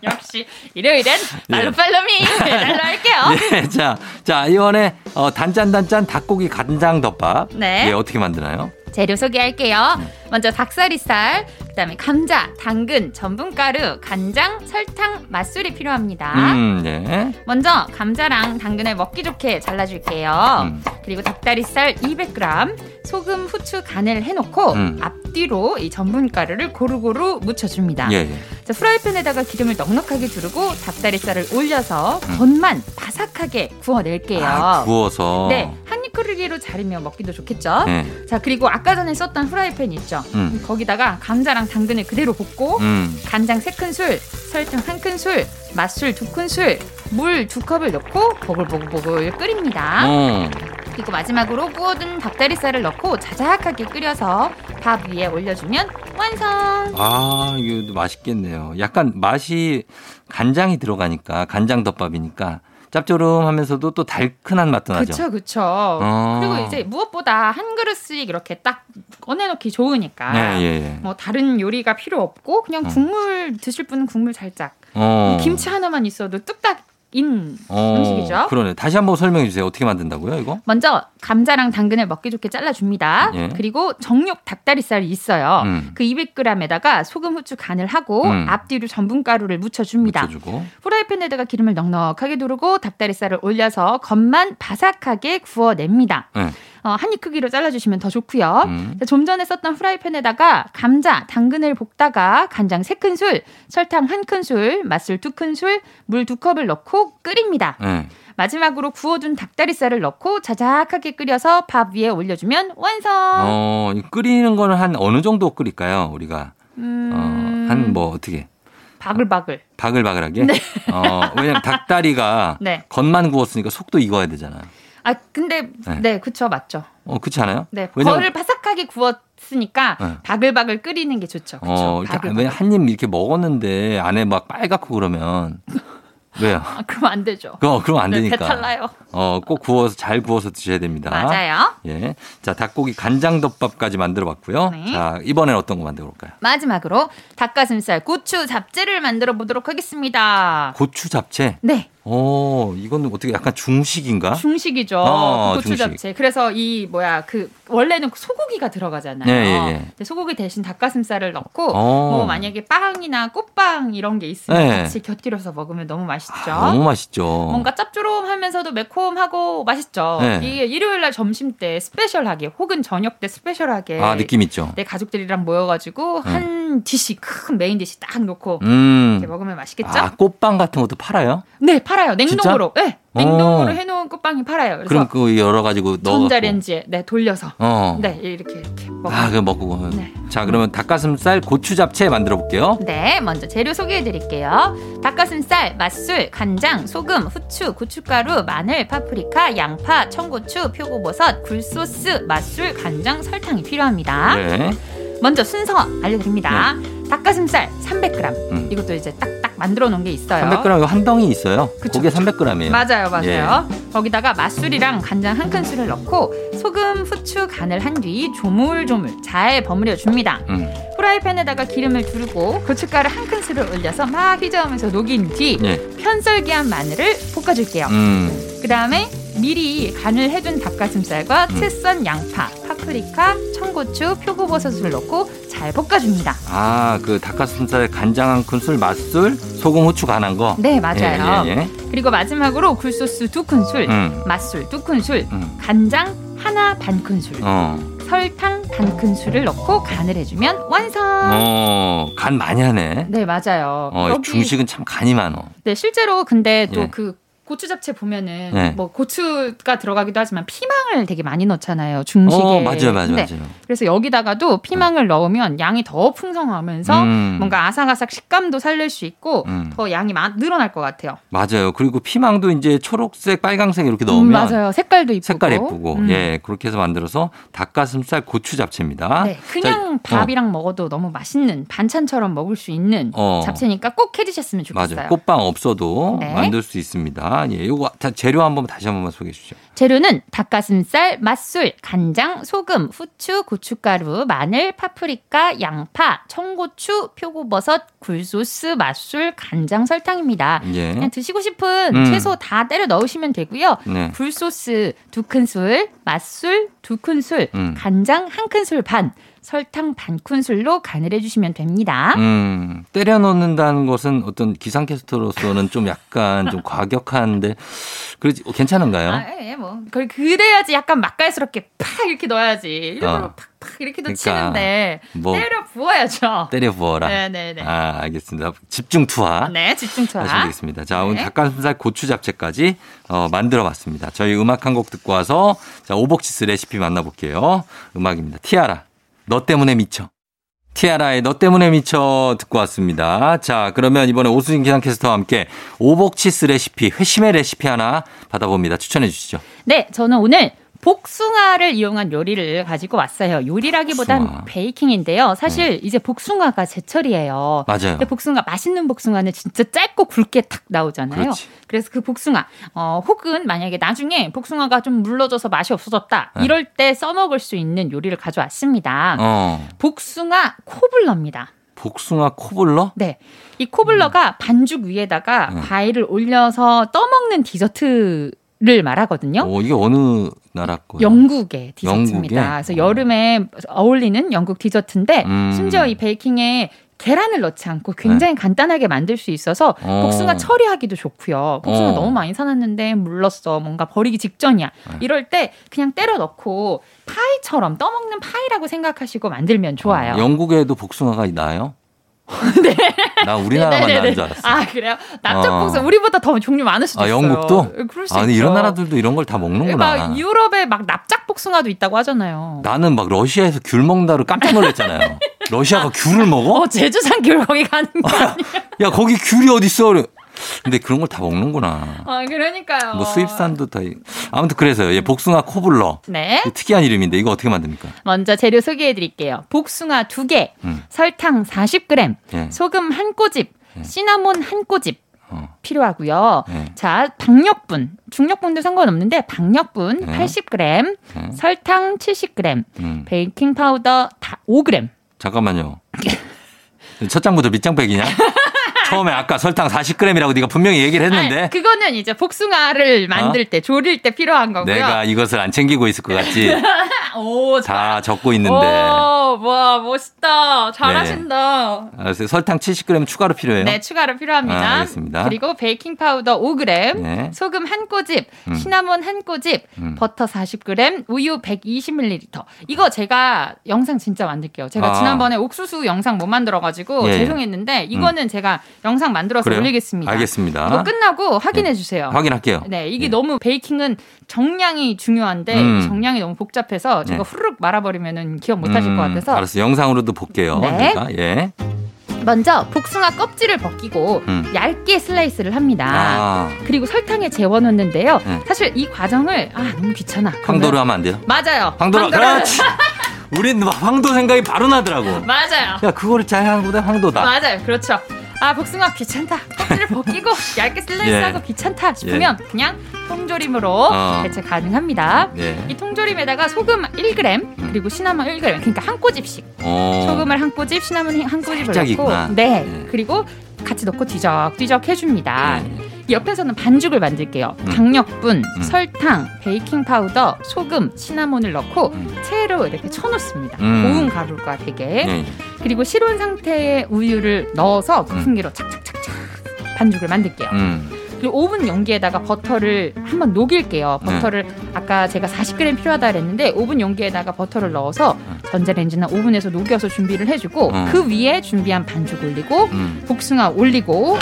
S5: 역시 일요일엔 말로
S1: 예.
S5: 팔로미 해달라 할게요.
S1: 예, [LAUGHS] 자, 자 이번에 어, 단짠단짠 닭고기 간장 덮밥.
S5: 네.
S1: 예, 어떻게 만드나요?
S5: 재료 소개할게요.
S1: 네.
S5: 먼저 닭다리살, 그다음에 감자, 당근, 전분가루, 간장, 설탕, 맛술이 필요합니다.
S1: 음, 예.
S5: 먼저 감자랑 당근을 먹기 좋게 잘라줄게요.
S1: 음.
S5: 그리고 닭다리살 200g, 소금, 후추 간을 해놓고
S1: 음.
S5: 앞뒤로 이 전분가루를 고루고루 묻혀줍니다.
S1: 예, 예.
S5: 자, 프라이팬에다가 기름을 넉넉하게 두르고 닭다리살을 올려서 겉만 바삭하게 구워낼게요.
S1: 음. 아, 구워서.
S5: 네, 한입 크기로 자르며 먹기도 좋겠죠?
S1: 예.
S5: 자 그리고 아까 전에 썼던 후라이팬 있죠.
S1: 음.
S5: 거기다가 감자랑 당근을 그대로 볶고
S1: 음.
S5: 간장 3큰술, 설탕 1큰술, 맛술 2큰술, 물 2컵을 넣고 보글보글보글 끓입니다.
S1: 어.
S5: 그리고 마지막으로 구워둔 닭다리살을 넣고 자작하게 끓여서 밥 위에 올려주면 완성!
S1: 아, 이거 맛있겠네요. 약간 맛이 간장이 들어가니까 간장 덮밥이니까 짭조름하면서도 또 달큰한 맛도 나죠.
S5: 그쵸 그쵸.
S1: 어.
S5: 그리고 이제 무엇보다 한 그릇씩 이렇게 딱 꺼내놓기 좋으니까
S1: 예, 예, 예.
S5: 뭐 다른 요리가 필요 없고 그냥
S1: 음.
S5: 국물 드실 분은 국물 살짝
S1: 어.
S5: 김치 하나만 있어도 뚝딱 인.
S1: 어,
S5: 음식이죠?
S1: 그러네. 다시 한번 설명해 주세요. 어떻게 만든다고요, 이거?
S5: 먼저 감자랑 당근을 먹기 좋게 잘라줍니다.
S1: 예.
S5: 그리고 정육 닭다리살이 있어요.
S1: 음.
S5: 그 200g에다가 소금, 후추 간을 하고
S1: 음.
S5: 앞뒤로 전분가루를 묻혀줍니다.
S1: 묻혀주고.
S5: 후라이팬에다가 기름을 넉넉하게 두르고 닭다리살을 올려서 겉만 바삭하게 구워냅니다.
S1: 예.
S5: 어, 한입 크기로 잘라주시면 더 좋고요.
S1: 음.
S5: 자, 좀 전에 썼던 후라이팬에다가 감자, 당근을 볶다가 간장 3큰술, 설탕 1큰술, 맛술 2큰술, 물 2컵을 넣고 끓입니다.
S1: 예.
S5: 마지막으로 구워둔 닭다리살을 넣고 자작하게 끓여서 밥 위에 올려주면 완성.
S1: 어, 이 끓이는 거는 한 어느 정도 끓일까요, 우리가?
S5: 음,
S1: 어, 한 뭐 어떻게?
S5: 바글바글.
S1: 바글바글하게? 어, 왜냐면 닭다리가
S5: [LAUGHS] 네.
S1: 겉만 구웠으니까 속도 익어야 되잖아요.
S5: 아 근데
S1: 네.
S5: 네, 그쵸 맞죠.
S1: 어, 그렇지 않아요?
S5: 네,
S1: 왜냐면-
S5: 거를 바삭하게 구웠으니까
S1: 네.
S5: 바글바글 끓이는 게 좋죠. 그쵸?
S1: 어,
S5: 바글바글.
S1: 왜냐 한입 이렇게 먹었는데 안에 막 빨갛고
S5: [LAUGHS]
S1: 그러면 왜요?
S5: 아, 그럼 안 되죠.
S1: 그럼 그럼 안
S5: 네,
S1: 되니까.
S5: 배탈 나요.
S1: 어, 꼭 구워서 잘 구워서 드셔야 됩니다.
S5: 맞아요.
S1: 예. 자, 닭고기 간장 덮밥까지 만들어 봤고요.
S5: 네.
S1: 자, 이번엔 어떤 거 만들어 볼까요?
S5: 마지막으로 닭가슴살 고추 잡채를 만들어 보도록 하겠습니다.
S1: 고추 잡채.
S5: 네,
S1: 어, 이건 어떻게 약간 중식인가?
S5: 중식이죠.
S1: 어,
S5: 그 고추
S1: 중식.
S5: 잡채. 그래서 이 뭐야 그 원래는 소고기가 들어가잖아요.
S1: 예, 예, 예.
S5: 근데 소고기 대신 닭가슴살을 넣고
S1: 어.
S5: 뭐 만약에 빵이나 꽃빵 이런 게 있으면
S1: 예.
S5: 같이 곁들여서 먹으면 너무 맛있죠.
S1: 아, 너무 맛있죠.
S5: 뭔가 짭조름하면서도 매콤하고 맛있죠.
S1: 예.
S5: 이게 일요일 날 점심 때 스페셜하게 혹은 저녁 때 스페셜하게
S1: 아, 느낌 있죠.
S5: 내 가족들이랑 모여가지고 한 디시 큰 메인 디시 딱 놓고 이렇게
S1: 음.
S5: 먹으면 맛있겠죠?
S1: 아, 꽃빵 같은 것도 팔아요?
S5: 네 팔아요 냉동으로. 네, 냉동으로
S1: 어.
S5: 해놓은 꽃빵이 팔아요. 그래서
S1: 그럼 그 여러 가지고 넣어
S5: 전자레인지에 네 돌려서
S1: 어.
S5: 네 이렇게 이렇게 먹어.
S1: 아, 그거 먹고.
S5: 네.
S1: 자, 그러면 닭가슴살 고추 잡채 만들어 볼게요.
S5: 네, 먼저 재료 소개해드릴게요. 닭가슴살, 맛술, 간장, 소금, 후추, 고춧가루, 마늘, 파프리카, 양파, 청고추, 표고버섯, 굴소스, 맛술, 간장, 설탕이 필요합니다.
S1: 네.
S5: 먼저 순서 알려드립니다. 닭가슴살 300g.
S1: 음.
S5: 이것도 이제 딱딱 만들어 놓은 게 있어요.
S1: 300g 이거 한 덩이 있어요.
S5: 그쵸,
S1: 그게
S5: 그쵸.
S1: 300g이에요.
S5: 맞아요, 맞아요.
S1: 예.
S5: 거기다가 맛술이랑 간장 한 큰술을 넣고 소금, 후추 간을 한 뒤 조물조물 잘 버무려 줍니다.
S1: 음.
S5: 프라이팬에다가 기름을 두르고 고춧가루 한 큰술을 올려서 막 휘저으면서 녹인 뒤
S1: 예.
S5: 편썰기한 마늘을 볶아줄게요.
S1: 음.
S5: 그 다음에 미리 간을 해둔 닭가슴살과
S1: 음.
S5: 채 썬 양파, 파프리카, 청고추, 표고버섯을 넣고 잘 볶아줍니다.
S1: 아, 그 닭가슴살 간장 한 큰술, 맛술, 소금, 후추 간한 거.
S5: 네, 맞아요.
S1: 예, 예, 예.
S5: 그리고 마지막으로 굴소스 두 큰술,
S1: 음.
S5: 맛술 두 큰술,
S1: 음.
S5: 간장 하나 반 큰술,
S1: 어.
S5: 설탕 반 큰술을 넣고 간을 해주면 완성.
S1: 어, 간 많이 하네.
S5: 네 맞아요.
S1: 어, 이
S5: 여기-
S1: 중식은 참 간이 많어.
S5: 네, 실제로 근데
S1: 예.
S5: 또 그 고추 잡채 보면은
S1: 네.
S5: 뭐 고추가 들어가기도 하지만 피망을 되게 많이 넣잖아요 중식에. 네.
S1: 어, 맞아요, 맞아요,
S5: 근데
S1: 맞아요.
S5: 그래서 여기다가도 피망을 넣으면 양이 더 풍성하면서
S1: 음.
S5: 뭔가 아삭아삭 식감도 살릴 수 있고
S1: 음.
S5: 더 양이 많, 늘어날 것 같아요.
S1: 맞아요. 그리고 피망도 이제 초록색, 빨강색 이렇게
S5: 음,
S1: 넣으면
S5: 맞아요. 색깔도 이쁘고.
S1: 색깔 예쁘고.
S5: 음.
S1: 예, 그렇게 해서 만들어서 닭가슴살 고추 잡채입니다.
S5: 네, 그냥
S1: 자,
S5: 밥이랑 먹어도 너무 맛있는 반찬처럼 먹을 수 있는
S1: 어.
S5: 잡채니까 꼭 해드셨으면 좋겠어요.
S1: 맞아요. 꽃빵 없어도
S5: 네.
S1: 만들 수 있습니다. 예, 요거 다- 재료 한번 다시 한번만 소개해 주시죠.
S5: 재료는 닭가슴살, 맛술, 간장, 소금, 후추, 고춧가루, 마늘, 파프리카, 양파, 청고추, 표고버섯, 굴소스, 맛술, 간장, 설탕입니다.
S1: 예.
S5: 그냥 드시고 싶은
S1: 음.
S5: 채소 다 때려 넣으시면 되고요.
S1: 네.
S5: 굴소스 두 큰술, 맛술 두 큰술,
S1: 음.
S5: 간장 한 큰술 반, 설탕 반 큰술로 간을 해주시면 됩니다.
S1: 음, 때려 넣는다는 것은 어떤 기상캐스터로서는 좀 약간 좀 과격한데 그러지 괜찮은가요?
S5: 아, 예, 예, 뭐. 그걸 그래야지 약간 맛깔스럽게 팍 이렇게 넣어야지. 일부러
S1: 어.
S5: 팍팍 이렇게도
S1: 그러니까
S5: 치는데
S1: 뭐 네.
S5: 때려 부어야죠.
S1: 때려 부어라.
S5: 네네네.
S1: 아, 알겠습니다. 집중 투하.
S5: 네, 집중 투하.
S1: 하시면 되겠습니다. 자, 오늘
S5: 네.
S1: 닭가슴살 고추 잡채까지 어, 만들어 봤습니다. 저희 음악 한 곡 듣고 와서 자, 오복치스 레시피 만나볼게요. 음악입니다. 티아라, 너 때문에 미쳐. 티아라의 너 때문에 미쳐 듣고 왔습니다. 자, 그러면 이번에 오수진 기상캐스터와 함께 오복치스 레시피, 회심의 레시피 하나 받아봅니다. 추천해 주시죠.
S5: 네, 저는 오늘 복숭아를 이용한 요리를 가지고 왔어요. 요리라기보단
S1: 복숭아. 네.
S5: 베이킹인데요. 사실 이제 복숭아가 제철이에요.
S1: 맞아요.
S5: 근데 복숭아 맛있는 복숭아는 진짜 짧고 굵게 탁 나오잖아요.
S1: 그렇지.
S5: 래서그 복숭아 어, 혹은 만약에 나중에 복숭아가 좀 물러져서 맛이 없어졌다
S1: 네.
S5: 이럴 때 써먹을 수 있는 요리를 가져왔습니다.
S1: 어,
S5: 복숭아 코블러입니다.
S1: 복숭아 코블러?
S5: 네. 이 코블러가 반죽 위에다가
S1: 음.
S5: 과일을 올려서 떠먹는 디저트를 말하거든요.
S1: 오, 이게 어느 나라 거예요?
S5: 영국의 디저트입니다.
S1: 영국의?
S5: 그래서
S1: 어.
S5: 여름에 어울리는 영국 디저트인데
S1: 음.
S5: 심지어 이 베이킹에 계란을 넣지 않고 굉장히 간단하게 만들 수 있어서
S1: 네. 어.
S5: 복숭아 처리하기도 좋고요. 복숭아
S1: 어.
S5: 너무 많이 사놨는데 물렀어. 뭔가 버리기 직전이야.
S1: 네.
S5: 이럴 때 그냥 때려 넣고 파이처럼 떠먹는 파이라고 생각하시고 만들면 좋아요.
S1: 어, 영국에도 복숭아가
S5: [LAUGHS]
S1: 나요? 네. 나 우리나라만
S5: 네네네.
S1: 나는 줄 알았어.
S5: 아 그래요? 납작
S1: 어.
S5: 복숭아 우리보다 더 종류 많을 수도
S1: 아,
S5: 있어요.
S1: 영국도?
S5: 그럴 수
S1: 아, 근데
S5: 있죠.
S1: 이런 나라들도 이런 걸 다 먹는구나.
S5: 막 유럽에 막 납작 복숭아도 있다고 하잖아요.
S1: 나는 막 러시아에서 귤 먹는다로 깜짝
S5: [LAUGHS]
S1: 놀랐잖아요. 러시아가 귤을 먹어?
S5: 어 제주산 귤 거기 가는 거
S1: [LAUGHS]
S5: 아니에요?
S1: 야, 거기 귤이 어딨어? 그래. 근데 그런 걸 다 먹는구나.
S5: 아 그러니까요.
S1: 뭐 수입산도 다. 이- 아무튼 그래서요. 예, 복숭아 코블러.
S5: 네.
S1: 이 특이한 이름인데 이거 어떻게 만듭니까?
S5: 먼저 재료 소개해 드릴게요. 복숭아 2개,
S1: 음.
S5: 설탕 40g,
S1: 예.
S5: 소금 한 꼬집, 시나몬 한 꼬집
S1: 어.
S5: 필요하고요.
S1: 예.
S5: 자, 박력분. 중력분도 상관없는데 박력분
S1: 네.
S5: 80g,
S1: 네.
S5: 설탕 70g,
S1: 음.
S5: 베이킹 파우더 다 5g. [LAUGHS]
S1: 잠깐만요. 첫 장부터 밑장빼기냐? 처음에 아까 설탕 40g이라고 네가 분명히 얘기를 했는데
S5: 아니, 그거는 이제 복숭아를 만들 때 조릴 때 필요한 거고요.
S1: 내가 이것을 안 챙기고 있을 것 같지?
S5: 오,
S1: 다 적고 있는데.
S5: 오, 와, 멋있다. 잘하신다.
S1: 알았어요. 설탕 70g 추가로 필요해요.
S5: 네, 추가로 필요합니다.
S1: 아, 알겠습니다.
S5: 그리고 베이킹 파우더 5g,
S1: 네.
S5: 소금 한 꼬집,
S1: 음.
S5: 시나몬 한 꼬집,
S1: 음.
S5: 버터 40g, 우유 120ml. 이거 제가 영상 진짜 만들게요. 제가
S1: 아.
S5: 지난번에 옥수수 영상 못 만들어 가지고
S1: 예, 예.
S5: 죄송했는데 이거는 제가 영상 만들어서
S1: 그래요?
S5: 올리겠습니다.
S1: 알겠습니다. 예.
S5: 이거 끝나고 확인해 주세요.
S1: 확인할게요.
S5: 네, 이게
S1: 예.
S5: 너무 베이킹은 정량이 중요한데
S1: 음.
S5: 정량이 너무 복잡해서 제가
S1: 네.
S5: 후루룩 말아버리면은 기억 못 하실
S1: 음,
S5: 것 같아서
S1: 알았어. 영상으로도 볼게요.
S5: 네.
S1: 제가. 예.
S5: 먼저 복숭아 껍질을 벗기고
S1: 음.
S5: 얇게 슬라이스를 합니다.
S1: 아,
S5: 그리고 설탕에 재워놓는데요.
S1: 네.
S5: 사실 이 과정을 아 너무 귀찮아.
S1: 황도로
S5: 그러면-
S1: 하면 안 돼요?
S5: 맞아요.
S1: 황도로.
S5: 황도를-
S1: 그렇지. 우린 막 황도 생각이 바로 나더라고.
S5: 맞아요.
S1: 야, 그거를 잘 하는구나. 황도다.
S5: 맞아요. 그렇죠. 아 복숭아 귀찮다.
S1: [LAUGHS]
S5: 껍질을 벗기고 얇게 슬라이스하고
S1: 예.
S5: 귀찮다 싶으면 그냥 통조림으로
S1: 어.
S5: 대체 가능합니다.
S1: 예.
S5: 이 통조림에다가 소금 1g 그리고 시나몬 1g 그러니까 한 꼬집씩
S1: 음. 어.
S5: 소금을 한 꼬집, 시나몬 한 꼬집을
S1: 살짝이구나.
S5: 넣고 네
S1: 네.
S5: 그리고 같이 넣고 뒤적뒤적 해줍니다.
S1: 예.
S5: 옆에서는 반죽을 만들게요.
S1: 음.
S5: 강력분,
S1: 음.
S5: 설탕, 베이킹 파우더, 소금, 시나몬을 넣고
S1: 음.
S5: 채로 이렇게 쳐놓습니다.
S1: 음.
S5: 고운 가루가 되게
S1: 예.
S5: 그리고 실온 상태의 우유를 넣어서 거품기로 착착착착 반죽을 만들게요.
S1: 음.
S5: 그리고 오븐 용기에다가 버터를 한번 녹일게요.
S1: 네.
S5: 버터를 아까 제가 40g 필요하다 그랬는데 오븐 용기에다가 버터를 넣어서
S1: 음.
S5: 전자레인지나 오븐에서 녹여서 준비를 해주고
S1: 음.
S5: 그 위에 준비한 반죽 올리고
S1: 음.
S5: 복숭아 올리고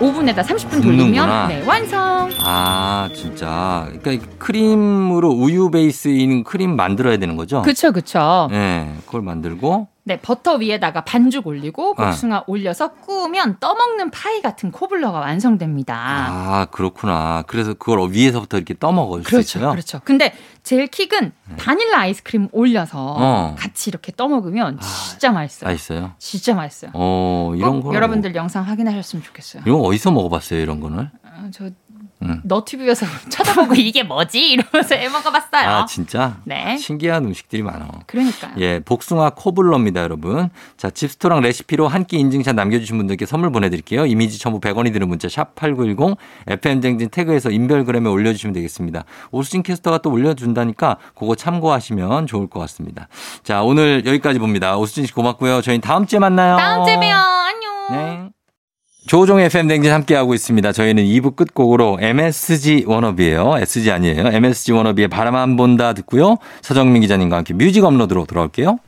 S5: 오븐에다
S1: 굽는구나.
S5: 30분 돌리면 네, 완성.
S1: 아, 진짜. 그러니까 이 크림으로 우유 베이스인 크림 만들어야 되는 거죠?
S5: 그쵸 그쵸.
S1: 예. 그걸 만들고
S5: 네 버터 위에다가 반죽 올리고
S1: 아.
S5: 복숭아 올려서 구우면 떠먹는 파이 같은 코블러가 완성됩니다.
S1: 아, 그렇구나. 그래서 그걸 위에서부터 이렇게 떠먹을 수
S5: 그렇죠
S1: 있어요. 네.
S5: 그렇죠. 근데 제일 킥은 바닐라 아이스크림 올려서
S1: 어.
S5: 같이 이렇게 떠먹으면 진짜 맛있어요.
S1: 아, 있어요.
S5: 진짜 맛있어요.
S1: 어, 이런 그
S5: 꼭
S1: 거
S5: 여러분들 영상 확인하셨으면 좋겠어요.
S1: 이거 어디서 먹어봤어요 이런 거는?
S5: 아, 저
S1: 음.
S5: 너튜브에서 [LAUGHS] 쳐다보고 이게 뭐지 이러면서 해 먹어봤어요.
S1: 아 진짜.
S5: 네.
S1: 신기한 음식들이 많아.
S5: 그러니까요.
S1: 예, 복숭아 코블러입니다, 여러분. 자, 집스토랑 레시피로 한 끼 인증샷 남겨주신 분들께 선물 보내드릴게요. 이미지 첨부 100원이 드는 문자 샵 #8910 FM 쟁진 태그에서 인별그램에 올려주시면 되겠습니다. 오수진 캐스터가 또 올려준다니까 그거 참고하시면 좋을 것 같습니다. 자, 오늘 여기까지 봅니다. 오수진 씨 고맙고요. 저희 다음 주에 만나요.
S5: 다음 주에
S1: 어.
S5: 봬요. 안녕.
S1: 네. 조종 FM 댕진 함께하고 있습니다. 저희는 2부 끝곡으로 MSG 워너비예요. SG 아니에요. MSG 워너비의 바람 안 본다 듣고요. 서정민 기자님과 함께 뮤직 업로드로 돌아올게요.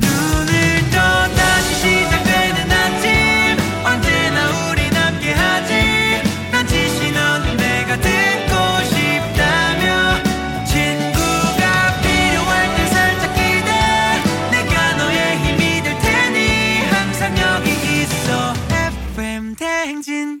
S3: 눈을 떠 다시 시작되는 아침 언제나 우리 함께하지 난 지시 넌 내가 듣고 싶다며 친구가 필요할 때 살짝 기대 내가 너의 힘이 될 테니 항상 여기 있어 FM 대행진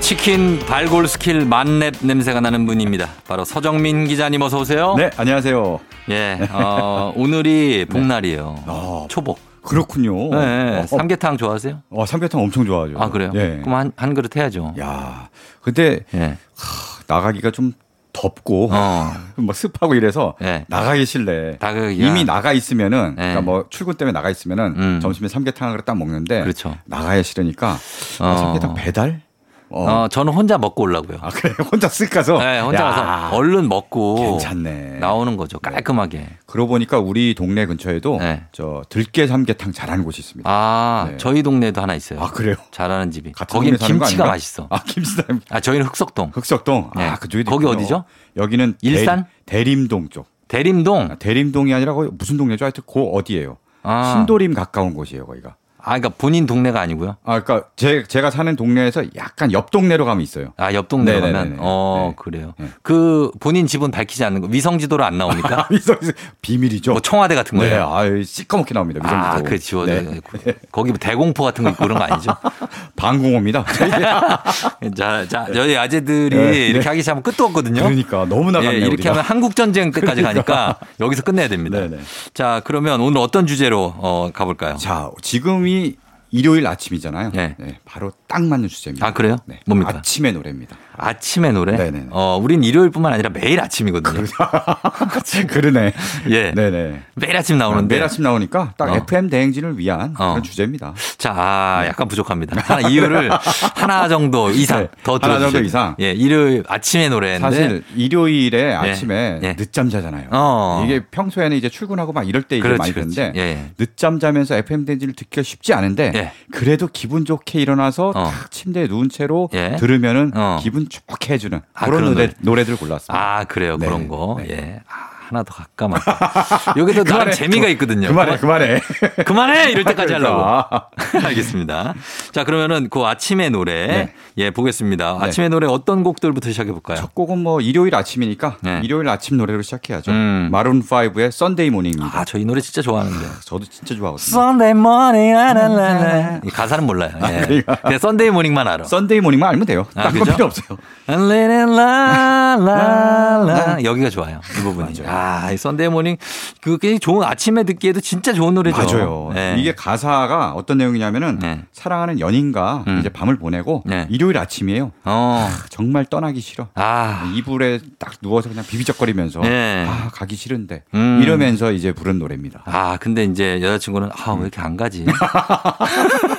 S1: 치킨 발골 스킬 만렙 냄새가 나는 분입니다. 바로 서정민 기자님 어서 오세요.
S6: 네, 안녕하세요.
S1: 예, 어, 오늘이 복날이에요.
S6: 아,
S1: 초복.
S6: 그렇군요.
S1: 네,
S6: 어,
S1: 삼계탕 좋아하세요?
S6: 어, 삼계탕 엄청 좋아하죠.
S1: 아 그래요?
S6: 예.
S1: 그럼 한, 한 그릇 해야죠.
S6: 야, 그때
S1: 예.
S6: 나가기가 좀 덥고 [LAUGHS]
S1: 어.
S6: 막 습하고 이래서
S1: 예.
S6: 나가기 싫네.
S1: 나가기가-
S6: 이미 나가 있으면은
S1: 예.
S6: 그러니까 뭐 출근 때문에 나가 있으면은
S1: 음.
S6: 점심에 삼계탕을 딱 먹는데
S1: 그렇죠.
S6: 나가야 싫으니까 아,
S1: 어.
S6: 삼계탕 배달? 어.
S1: 어, 저는 혼자 먹고 오려고요.
S6: 아 그래 [LAUGHS] 혼자 쓱 가서.
S1: 네, 혼자
S6: 야,
S1: 가서 얼른 먹고
S6: 괜찮네. 네.
S1: 나오는 거죠. 깔끔하게.
S6: 그러고 보니까 우리 동네 근처에도
S1: 네.
S6: 저 들깨 삼계탕 잘하는 곳이 있습니다.
S1: 아,
S6: 네.
S1: 저희 동네에도 하나 있어요.
S6: 아, 그래요?
S1: 잘하는 집이.
S6: 같은
S1: 거긴
S6: 동네 사는 거
S1: 김치가
S6: 아닌가?
S1: 맛있어. 아,
S6: 아 김치 삼
S1: 저희는 흑석동.
S6: 흑석동.
S1: 네.
S6: 아, 그쪽에
S1: 거기 어디죠?
S6: 여기는
S1: 일산?
S6: 대, 림동 쪽.
S1: 대림동.
S6: 아, 대림동이 아니라 거기 무슨 동네죠? 하여튼 그 어디예요?
S1: 아.
S6: 신도림 가까운 곳이에요, 거기가.
S1: 아, 그러니까 본인 동네가 아니고요.
S6: 아, 그러니까 제, 제가 사는 동네에서 약간 옆 동네로 가면 있어요. [LAUGHS]
S1: 아, 옆 동네
S6: 네네네네.
S1: 가면. 어,
S6: 네.
S1: 그래요.
S6: 네.
S1: 그 본인 집은 밝히지 않는 거. 위성 지도로 안
S6: [LAUGHS]
S1: 나옵니까?
S6: 그래서 비밀이죠.
S1: 뭐 청와대 같은
S6: 네,
S1: 거예요.
S6: 아, 시꺼멓게 나옵니다. 미성도.
S1: 아, 그 지워져.
S6: 네.
S1: 거기 뭐 대공포 같은 거 있고 네. 그런 거 아니죠? [LAUGHS]
S6: 방공호입니다.
S1: 자, 자, 저희 아재들이
S6: 네, 네.
S1: 이렇게 하기 시작하면 끝도 없거든요.
S6: 그러니까 너무
S1: 예,
S6: 나갔네요.
S1: 이렇게
S6: 우리가. 그러니까.
S1: 하면 한국 전쟁 때까지 가니까 여기서 끝내야 됩니다.
S6: 네네.
S1: 자, 그러면 오늘 어떤 주제로 어, 가볼까요?
S6: [LAUGHS] 자, 지금이 일요일 아침이잖아요.
S1: 네.
S6: 네. 바로 딱 맞는 주제입니다.
S1: 아, 그래요?
S6: 네.
S1: 뭡니까? [LAUGHS]
S6: 아침의 노래입니다.
S1: 아침의 노래.
S6: 네네네.
S1: 어, 우린 일요일뿐만 아니라 매일 아침이거든요.
S6: 그러네.
S1: 예.
S6: 네네.
S1: 매일 아침 나오는데.
S6: 매일 아침 나오니까 딱
S1: 어.
S6: FM 대행진을 위한
S1: 어.
S6: 그런 주제입니다.
S1: 자, 아, 약간 부족합니다. 하나 이유를 하나 정도 이상
S6: 네,
S1: 더 들어
S6: 하나 정도 이상.
S1: 예, 일요일 아침의 노래인데
S6: 사실 일요일에 아침에
S1: 예.
S6: 늦잠 자잖아요.
S1: 어.
S6: 이게 평소에는 이제 출근하고 막 이럴 때 이제
S1: 그렇지,
S6: 많이
S1: 그렇지.
S6: 듣는데
S1: 예, 예.
S6: 늦잠 자면서 FM 대행진을 듣기가 쉽지 않은데
S1: 예.
S6: 그래도 기분 좋게 일어나서
S1: 어.
S6: 딱 침대에 누운 채로
S1: 예.
S6: 들으면은
S1: 어.
S6: 기분 좋게 해주는
S1: 아,
S6: 그런
S1: 그런
S6: 노래,
S1: 노래.
S6: 노래들 골랐습니다.
S1: 아, 그래요.
S6: 네,
S1: 그런 거.
S6: 네.
S1: 예. 아, 하나 더 가까만. 여기 또 나름
S6: [LAUGHS] 그만해.
S1: 재미가 있거든요.
S6: 그만해, 그렇죠. 그러니까. 그만해.
S1: 그만해! 이럴 때까지
S6: 그래서.
S1: 하려고. [LAUGHS] 알겠습니다. 자, 그러면은 그 아침의 노래
S6: 네.
S1: 예, 보겠습니다.
S6: 네.
S1: 아침의 노래 어떤 곡들부터 시작해 볼까요?
S6: 첫 곡은 뭐 일요일 아침이니까
S1: 네.
S6: 일요일 아침 노래로 시작해야죠.
S1: 음.
S6: 마룬 5의 썬데이 모닝입니다.
S1: 아, 저 이 노래 진짜 좋아하는데.
S6: 저도 진짜 좋아하거든요.
S1: Sunday morning, 라라라라. 이 가사는 몰라요. 예. 그냥 Sunday morning만 알아.
S6: 썬데이 모닝만 그러니까. 알면 돼요.
S1: 아,
S6: 딴건
S1: 그죠?
S6: 필요 없어요.
S1: And let it la, la, la. 여기가 좋아요. 네. 이 부분이. 아, 이 Sunday morning. 그게 좋은 아침에 듣기에도 진짜 좋은 노래죠.
S6: 맞아요.
S1: 예.
S6: 이게 가사가 어떤 내용이냐면은
S1: 네.
S6: 사랑하는 연인과
S1: 음.
S6: 이제 밤을 보내고
S1: 네.
S6: 일요일 아침이에요.
S1: 어.
S6: 정말 떠나기 싫어.
S1: 아.
S6: 이불에 딱 누워서 그냥 비비적거리면서
S1: 네.
S6: 아 가기 싫은데
S1: 음.
S6: 이러면서 이제 부른 노래입니다.
S1: 아, 근데 이제 여자친구는 아, 왜 이렇게 안 가지? [LAUGHS]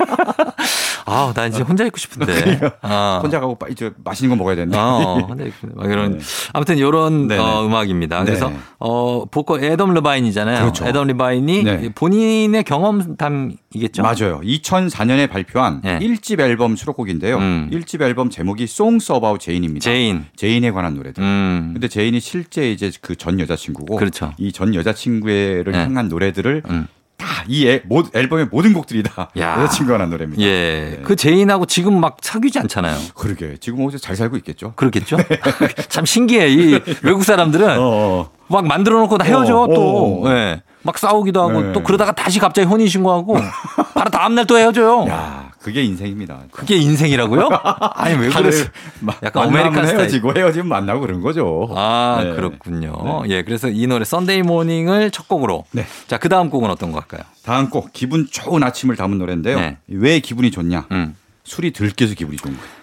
S1: 아, 나 이제 혼자 있고 싶은데. 아.
S6: 혼자 가고 빠- 이제 맛있는 거 먹어야 되는데. [LAUGHS]
S1: 어, 혼자 있고 싶은데. 막 이런 아무튼 이런
S6: 네네.
S1: 어, 음악입니다. 그래서
S6: 네네.
S1: 어, 보컬 애덤 르바인이잖아요.
S6: 그렇죠.
S1: 애덤 르바인이
S6: 네.
S1: 본인의 경험담이겠죠?
S6: 맞아요. 2004년에 발표한
S1: 네.
S6: 일집 앨범 수록곡인데요.
S1: 음.
S6: 일집 앨범 제목이 Songs About Jane입니다.
S1: 제인.
S6: 제인에 관한 노래들.
S1: 음.
S6: 근데 제인이 실제 이제 그 전 여자친구고
S1: 그렇죠.
S6: 이 전 여자친구를
S1: 네.
S6: 향한 노래들을
S1: 음.
S6: 다 이 앨- 모- 앨범의 모든 곡들이 다
S1: 야.
S6: 여자친구가 난 노래입니다.
S1: 예.
S6: 네.
S1: 그 제인하고 지금 막 사귀지 않잖아요.
S6: 그러게 지금 어디서 잘 살고 있겠죠?
S1: 그렇겠죠? [LAUGHS] 참 신기해. 이 외국 사람들은
S6: 네. 어,
S1: 막 만들어 놓고 다 헤어져
S6: 어,
S1: 또.
S6: 어.
S1: 예. 막 싸우기도 하고
S6: 네.
S1: 또 그러다가 다시 갑자기 혼인
S6: [LAUGHS]
S1: 신고하고 바로 다음 날 또 헤어져요.
S6: 어. 야 그게 인생입니다.
S1: 그게
S6: [LAUGHS]
S1: 인생이라고요? 아니 왜
S6: 하늘
S1: 그랬어?
S6: 마-
S1: 약간
S6: 만나면
S1: 아메리칸 스타일.
S6: 헤어지고 헤어지면 만나고 그런 거죠.
S1: 아
S6: 네.
S1: 그렇군요. 예, 그래서 이 노래 썬데이 모닝을 첫 곡으로.
S6: 네.
S1: 자, 그 다음 곡은 어떤 거 할까요?
S6: 다음 곡 기분 좋은 아침을 담은 노래인데요.
S1: 네.
S6: 왜 기분이 좋냐?
S1: 음.
S6: 술이 덜 깨서 기분이 좋은 거예요.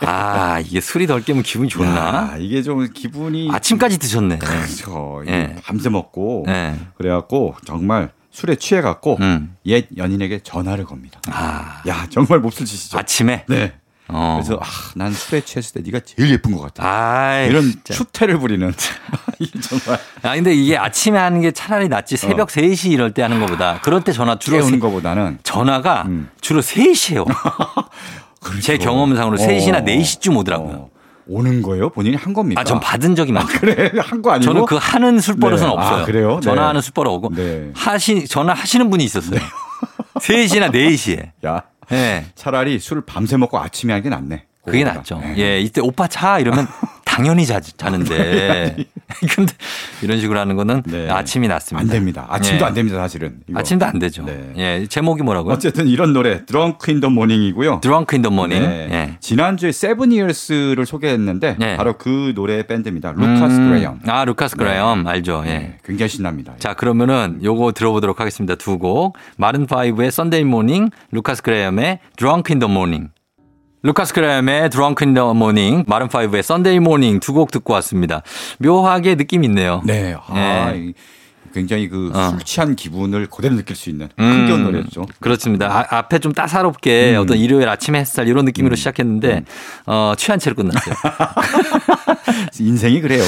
S1: 아 이게 술이 덜 깨면 기분이 좋나?
S6: 야, 이게 좀 기분이
S1: 아침까지 드셨네.
S6: 그렇죠. 이게
S1: 예.
S6: 밤새 먹고
S1: 예.
S6: 그래갖고 정말 술에 취해갖고
S1: 음.
S6: 옛 연인에게 전화를 겁니다.
S1: 아
S6: 야 정말 몹쓸 짓이죠.
S1: 아침에.
S6: 네.
S1: 어.
S6: 그래서 아, 난 술에 취했을 때 네가 제일 예쁜 것 같아.
S1: 아
S6: 이런
S1: 진짜.
S6: 추태를 부리는 [LAUGHS] 이
S1: [LAUGHS]
S6: 정말
S1: 아 근데 이게 아침에 하는 게 차라리 낫지 새벽 3시 이럴 때 하는 것보다 그럴 때 전화 주로 세-
S6: 어. 깨우는 것보다는
S1: 전화가
S6: 음.
S1: 주로 3시에요. 제 경험상으로 3시나 4시쯤 오더라고요.
S6: 어. 오는 거예요? 본인이 한 겁니까?
S1: 아, 전 받은 적이 많아요.
S6: 그러니까 [LAUGHS] 그래 한 거 아니고?
S1: 저는 그 하는 술버릇은
S6: 네.
S1: 없어요.
S6: 아, 그래요? 네.
S1: 전화하는 술버릇 없고
S6: 네.
S1: 하시 전화 하시는 분이 [LAUGHS] 있었어요. 3시나 4시에.
S6: 야
S1: 예.
S6: 차라리 술을 밤새 먹고 아침에 하는 게 낫네.
S1: 그게
S6: 그거보다.
S1: 낫죠.
S6: 네.
S1: 예, 이때 오빠 차
S6: [LAUGHS]
S1: 이러면 당연히 자, 자는데. [LAUGHS] 근데 이런 식으로 하는 거는
S6: 네.
S1: 아침이 낫습니다.
S6: 안 됩니다. 아침도
S1: 예.
S6: 안 됩니다, 사실은. 이거.
S1: 아침도 안 되죠.
S6: 네.
S1: 예, 제목이 뭐라고요?
S6: 어쨌든 이런 노래 드렁크 인더 모닝이고요.
S1: 드렁크 인더 모닝.
S6: 네.
S1: 예.
S6: 지난주에 세븐 이어스를 소개했는데
S1: 네.
S6: 바로 그 노래의 밴드입니다. 루카스
S1: 음.
S6: 그레이엄.
S1: 아, 루카스 그레이엄 알죠. 예.
S6: 네, 굉장히 신납니다.
S1: 자, 그러면은 요거 들어보도록 하겠습니다. 두 곡. 마른 파이브의 썬데이 모닝, 루카스 그레이엄의 드렁크 인더 모닝. 루카스 그레이엄의 드렁크 인더 모닝, 마른 파이브의 썬데이 모닝 두 곡 듣고 왔습니다. 묘하게 느낌 있네요.
S6: 네. 아,
S1: 네.
S6: 이- 굉장히 그
S1: 어.
S6: 술 취한 기분을 그대로 느낄 수 있는
S1: 음,
S6: 흥겨운 노래였죠.
S1: 그렇습니다. 아, 앞에 좀 따사롭게
S6: 음.
S1: 어떤 일요일 아침 햇살 이런 느낌으로 시작했는데 어, 취한 채로 끝났어요. [LAUGHS]
S6: 인생이 그래요.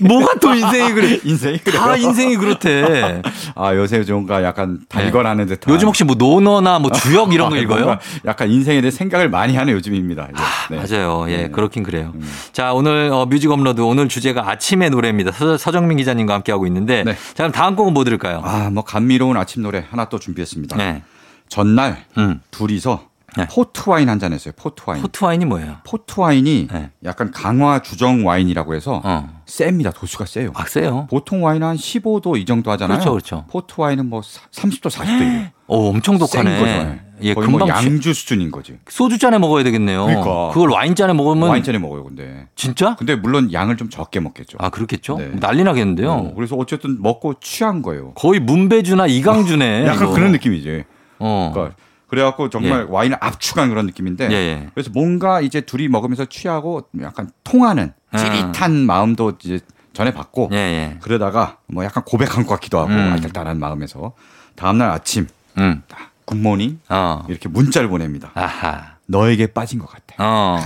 S1: 뭐가 [LAUGHS] 또 인생이 그래?
S6: [LAUGHS] 인생이 그래요.
S1: 다 인생이
S6: [LAUGHS]
S1: 그렇대.
S6: 아, 요새 뭔가 약간 달건하는 듯한.
S1: 요즘 혹시 뭐 노너나 뭐 주역 이런 거
S6: 아,
S1: 읽어요?
S6: 뭔가 약간 인생에 대해 생각을 많이 하는 요즘입니다. 이제. 네.
S1: 맞아요. 예,
S6: 네.
S1: 그렇긴 그래요. 자, 오늘 어, 뮤직 업로드 오늘 주제가 아침의 노래입니다. 서, 서정민 기자님과 함께 하고 있는데,
S6: 네.
S1: 자 그럼 다음 곡은 뭐 들을까요?
S6: 아, 뭐 감미로운 아침 노래 하나 또 준비했습니다.
S1: 네,
S6: 전날
S1: 음.
S6: 둘이서
S1: 네.
S6: 포트 와인 한 잔 했어요. 포트 와인.
S1: 포트 와인이 뭐예요?
S6: 포트 와인이
S1: 네.
S6: 약간 강화 주정 와인이라고 해서
S1: 어,
S6: 셉니다. 도수가 세요.
S1: 아 세요.
S6: 보통 와인은 한 15도 이 정도 하잖아요.
S1: 그렇죠, 그렇죠.
S6: 포트 와인은 뭐 사- 30도, 40도예요.
S1: 오, 엄청 독하네. 예,
S6: 거의 뭐
S1: 금방 취-
S6: 양주 수준인 거지.
S1: 소주 잔에 먹어야 되겠네요.
S6: 그러니까.
S1: 걸 와인 잔에 먹으면
S6: 와인잔에 먹어요, 근데.
S1: 진짜?
S6: 근데 물론 양을 좀 적게 먹겠죠.
S1: 아 그렇겠죠.
S6: 네.
S1: 난리 나겠는데요.
S6: 어, 그래서 어쨌든 먹고 취한 거예요.
S1: 거의 문배주나 이강주네.
S6: [LAUGHS]
S1: 뭐.
S6: 약간
S1: 이거.
S6: 그런 느낌이지.
S1: 어.
S6: 그러니까 그래갖고 정말 와인을 압축한 그런 느낌인데
S1: 예, 예.
S6: 그래서 뭔가 이제 둘이 먹으면서 취하고 약간 통하는
S1: 음.
S6: 찌릿한 마음도 이제 전해봤고
S1: 예, 예.
S6: 그러다가 뭐 약간 고백한 것 같기도 하고
S1: 음.
S6: 알딸딸한 마음에서 다음날 아침
S1: 음.
S6: 딱 굿모닝
S1: 어.
S6: 이렇게 문자를 보냅니다.
S1: 아하.
S6: 너에게 빠진 것 같아.
S1: 어.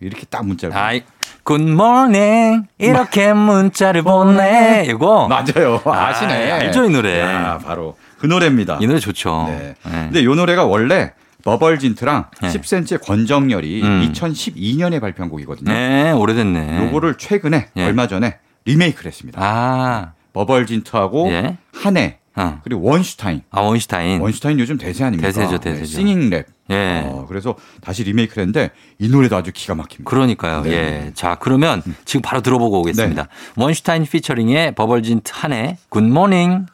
S6: 이렇게 딱 문자를. 보내.
S1: 아이. 굿모닝 이렇게
S6: 어,
S1: 문자를
S6: 네.
S1: 보내 이거
S6: 맞아요.
S1: 아,
S6: 아시네.
S1: 알죠, 이 노래.
S6: 야, 바로 그 노래입니다.
S1: 이 노래 좋죠.
S6: 네.
S1: 네.
S6: 근데 이 노래가 원래 버벌진트랑
S1: 네.
S6: 10cm의 권정열이
S1: 음.
S6: 2012년에 발표한 곡이거든요.
S1: 네, 오래됐네.
S6: 예. 요거를 최근에
S1: 예.
S6: 얼마 전에 리메이크를 했습니다.
S1: 아,
S6: 버벌진트하고
S1: 예.
S6: 한해
S1: 어.
S6: 그리고 원슈타인.
S1: 아 원슈타인.
S6: 원슈타인 요즘 대세 아닙니까? 네,
S1: 대세죠, 대세죠.
S6: 싱잉랩.
S1: 예.
S6: 어, 그래서 다시 리메이크를 했는데 이 노래도 아주 기가 막힙니다.
S1: 그러니까요.
S6: 네. 음.
S1: 예. 자, 그러면 지금 바로 들어보고 오겠습니다. 원슈타인 피처링의 버벌진트 한해 굿모닝.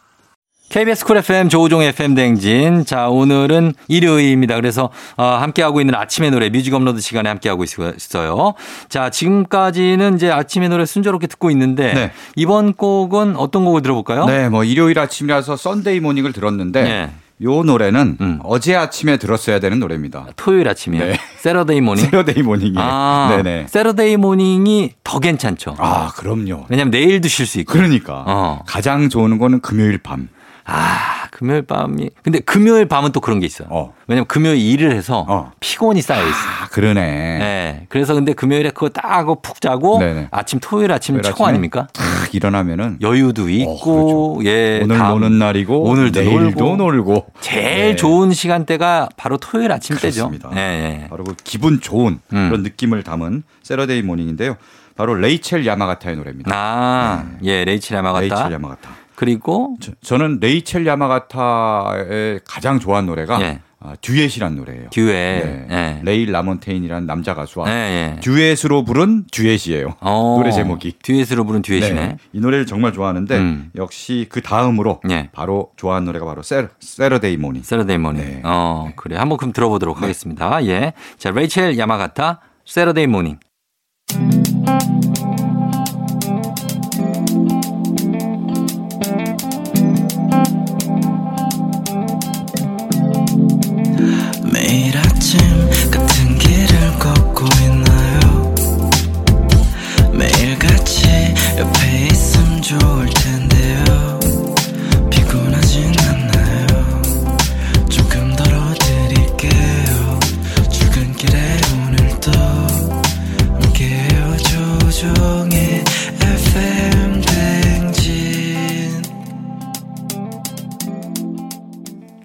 S1: KBS 쿨 FM 조우종 FM 댕진. 자, 오늘은 일요일입니다. 그래서 어, 함께하고 있는 아침의 노래 뮤직 업로드 시간에 함께하고 있- 있어요. 자, 지금까지는 이제 아침의 노래 순조롭게 듣고 있는데
S6: 네.
S1: 이번 곡은 어떤 곡을 들어볼까요?
S6: 네, 뭐 일요일 아침이라서 썬데이 모닝을 들었는데
S1: 예.
S6: 요 노래는
S1: 음.
S6: 어제 아침에 들었어야 되는 노래입니다.
S1: 토요일 아침이에요.
S6: 네.
S1: 세러데이 모닝.
S6: 세러데이 모닝이.
S1: 아,
S6: [LAUGHS] 네네.
S1: 세러데이 모닝이 더 괜찮죠.
S6: 아, 그럼요.
S1: 왜냐면 내일도 쉴 수 있고.
S6: 그러니까
S1: 어.
S6: 가장 좋은 거는 금요일 밤.
S1: 아, 금요일 밤이. 근데 금요일 밤은 또 그런 게 있어요.
S6: 어.
S1: 왜냐면 금요일 일을 해서
S6: 어.
S1: 피곤이 쌓여 있어.
S6: 아, 그러네.
S1: 예. 그래서 근데 금요일에 그거 딱 하고 푹 자고
S6: 네네.
S1: 아침 토요일 아침
S6: 토요일
S1: 최고
S6: 아침에
S1: 아닙니까?
S6: 탁 일어나면은 그렇죠.
S1: 여유도 있고 예.
S6: 오늘
S1: 다음,
S6: 노는 날이고
S1: 오늘도
S6: 내일도
S1: 놀고.
S6: 놀고.
S1: 제일
S6: 네.
S1: 좋은 시간대가 바로 토요일 아침 때죠.
S6: 그렇습니다.
S1: 예, 예.
S6: 바로 그 기분 좋은
S1: 음.
S6: 그런 느낌을 담은 세러데이 모닝인데요. 바로 레이첼 야마가타의 노래입니다.
S1: 아, 예, 레이첼 아, 야마가타.
S6: 네. 레이첼 야마가타.
S1: 그리고
S6: 저, 는 레이첼 야마가타의 가장 좋아하는 노래가
S1: 예.
S6: 아, 듀엣이란 노래예요.
S1: 듀엣.
S6: 네.
S1: 예.
S6: 레일 라몬테인이라는 남자 가수와
S1: 예, 예.
S6: 듀엣으로 부른 듀엣이에요.
S1: 어,
S6: 노래 제목이.
S1: 듀엣으로 부른 듀엣이네.
S6: 네. 이 노래를 정말 좋아하는데
S1: 음.
S6: 역시 그 다음으로
S1: 예.
S6: 바로 좋아하는 노래가 바로 세러, 세러데이 모닝.
S1: 세러데이 모닝.
S6: 네.
S1: 어, 그래. 한번 그럼 들어보도록 하겠습니다. 예. 자, 레이첼 야마가타 세러데이 모닝.
S3: 매일 아침 같은 길을 걷고 있나요 매일 같이 옆에 있음 좋을 텐데요 피곤하진 않나요 조금 덜어드릴게요 출근길에 오늘도 함께해요 조종의 FM 댕진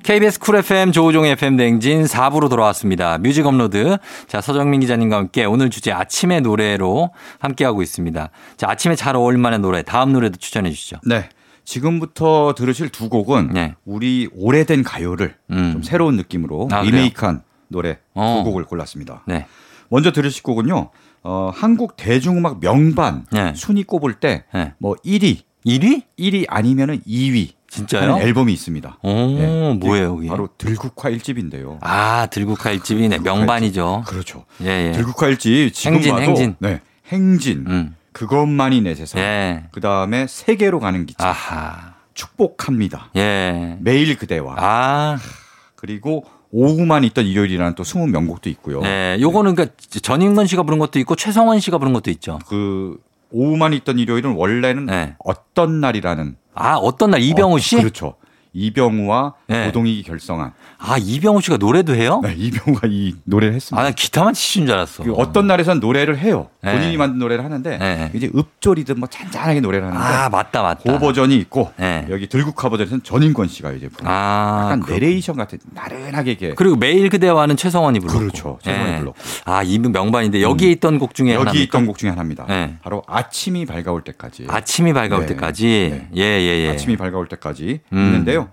S1: KBS 쿨 FM 조우종의 FM 댕진 4부로 돌아왔습니다. 뮤직 업로드. 자, 서정민 기자님과 함께 오늘 주제 아침의 노래로 함께하고 있습니다. 자, 아침에 잘 어울릴만한 노래, 다음 노래도 추천해 주시죠.
S6: 네. 지금부터 들으실 두 곡은
S1: 네.
S6: 우리 오래된 가요를
S1: 음.
S6: 좀 새로운 느낌으로
S1: 아, 그래요?
S6: 리메이크한 노래
S1: 어.
S6: 두 곡을 골랐습니다.
S1: 네.
S6: 먼저 들으실 곡은요. 어, 한국 대중음악 명반
S1: 네.
S6: 순위 꼽을 때 뭐
S1: 네.
S6: 1위,
S1: 1위?
S6: 1위 아니면은 2위
S1: 진짜요?
S6: 하는 앨범이 있습니다.
S1: 오,
S6: 네.
S1: 뭐예요, 여기?
S6: 바로 들국화 1집인데요.
S1: 아, 들국화 일집이네. 명반이죠.
S6: 그렇죠.
S1: 예, 예.
S6: 들국화 1집 지금
S1: 행진,
S6: 봐도
S1: 행진.
S6: 네. 행진.
S1: 음.
S6: 그것만이 내 세상.
S1: 예.
S6: 그다음에 세계로 가는 기차.
S1: 아하.
S6: 축복합니다.
S1: 예.
S6: 매일 그대와.
S1: 아,
S6: 그리고 오후만 있던 일요일이라는 또 숨은 명곡도 있고요.
S1: 네. 요거는 그러니까 전인권 씨가 부른 것도 있고 최성원 씨가 부른 것도 있죠.
S6: 그 오후만 있던 일요일은 원래는
S1: 네.
S6: 어떤 날이라는
S1: 아, 어떤 날 이병우
S6: 어,
S1: 씨?
S6: 그렇죠. 이병우와
S1: 네.
S6: 고동익이 결성한
S1: 아, 이병우 씨가 노래도 해요?
S6: 네, 이병우가 이
S1: 아,
S6: 노래를 했습니다.
S1: 난 기타만 치신 줄 알았어.
S6: 그 어떤 날에선 노래를 해요.
S1: 아, 네.
S6: 본인이 만든 노래를 하는데
S1: 네.
S6: 이제 읍조리든 뭐 잔잔하게 노래를 하는데
S1: 아, 맞다, 맞다.
S6: 그 버전이 있고
S1: 네.
S6: 여기 들국화 버전에서는 전인권 씨가 이제 부르는
S1: 아,
S6: 약간
S1: 그렇-
S6: 내레이션 같은 나른하게 이게
S1: 그리고 매일 그대와는 최성원이 불렀고.
S6: 그렇죠. 최성원이 불렀고. 음.
S1: 아, 이분 명반인데 여기에 있던 곡 중에 하나.
S6: 여기 있던 곡 중에 하나입니다.
S1: 네.
S6: 바로 아침이 밝아올 때까지.
S1: 아침이 밝아올
S6: 네.
S1: 때까지.
S6: 네.
S1: 예, 예, 예.
S6: 아침이 밝아올 때까지
S1: 음.
S6: 있는데요.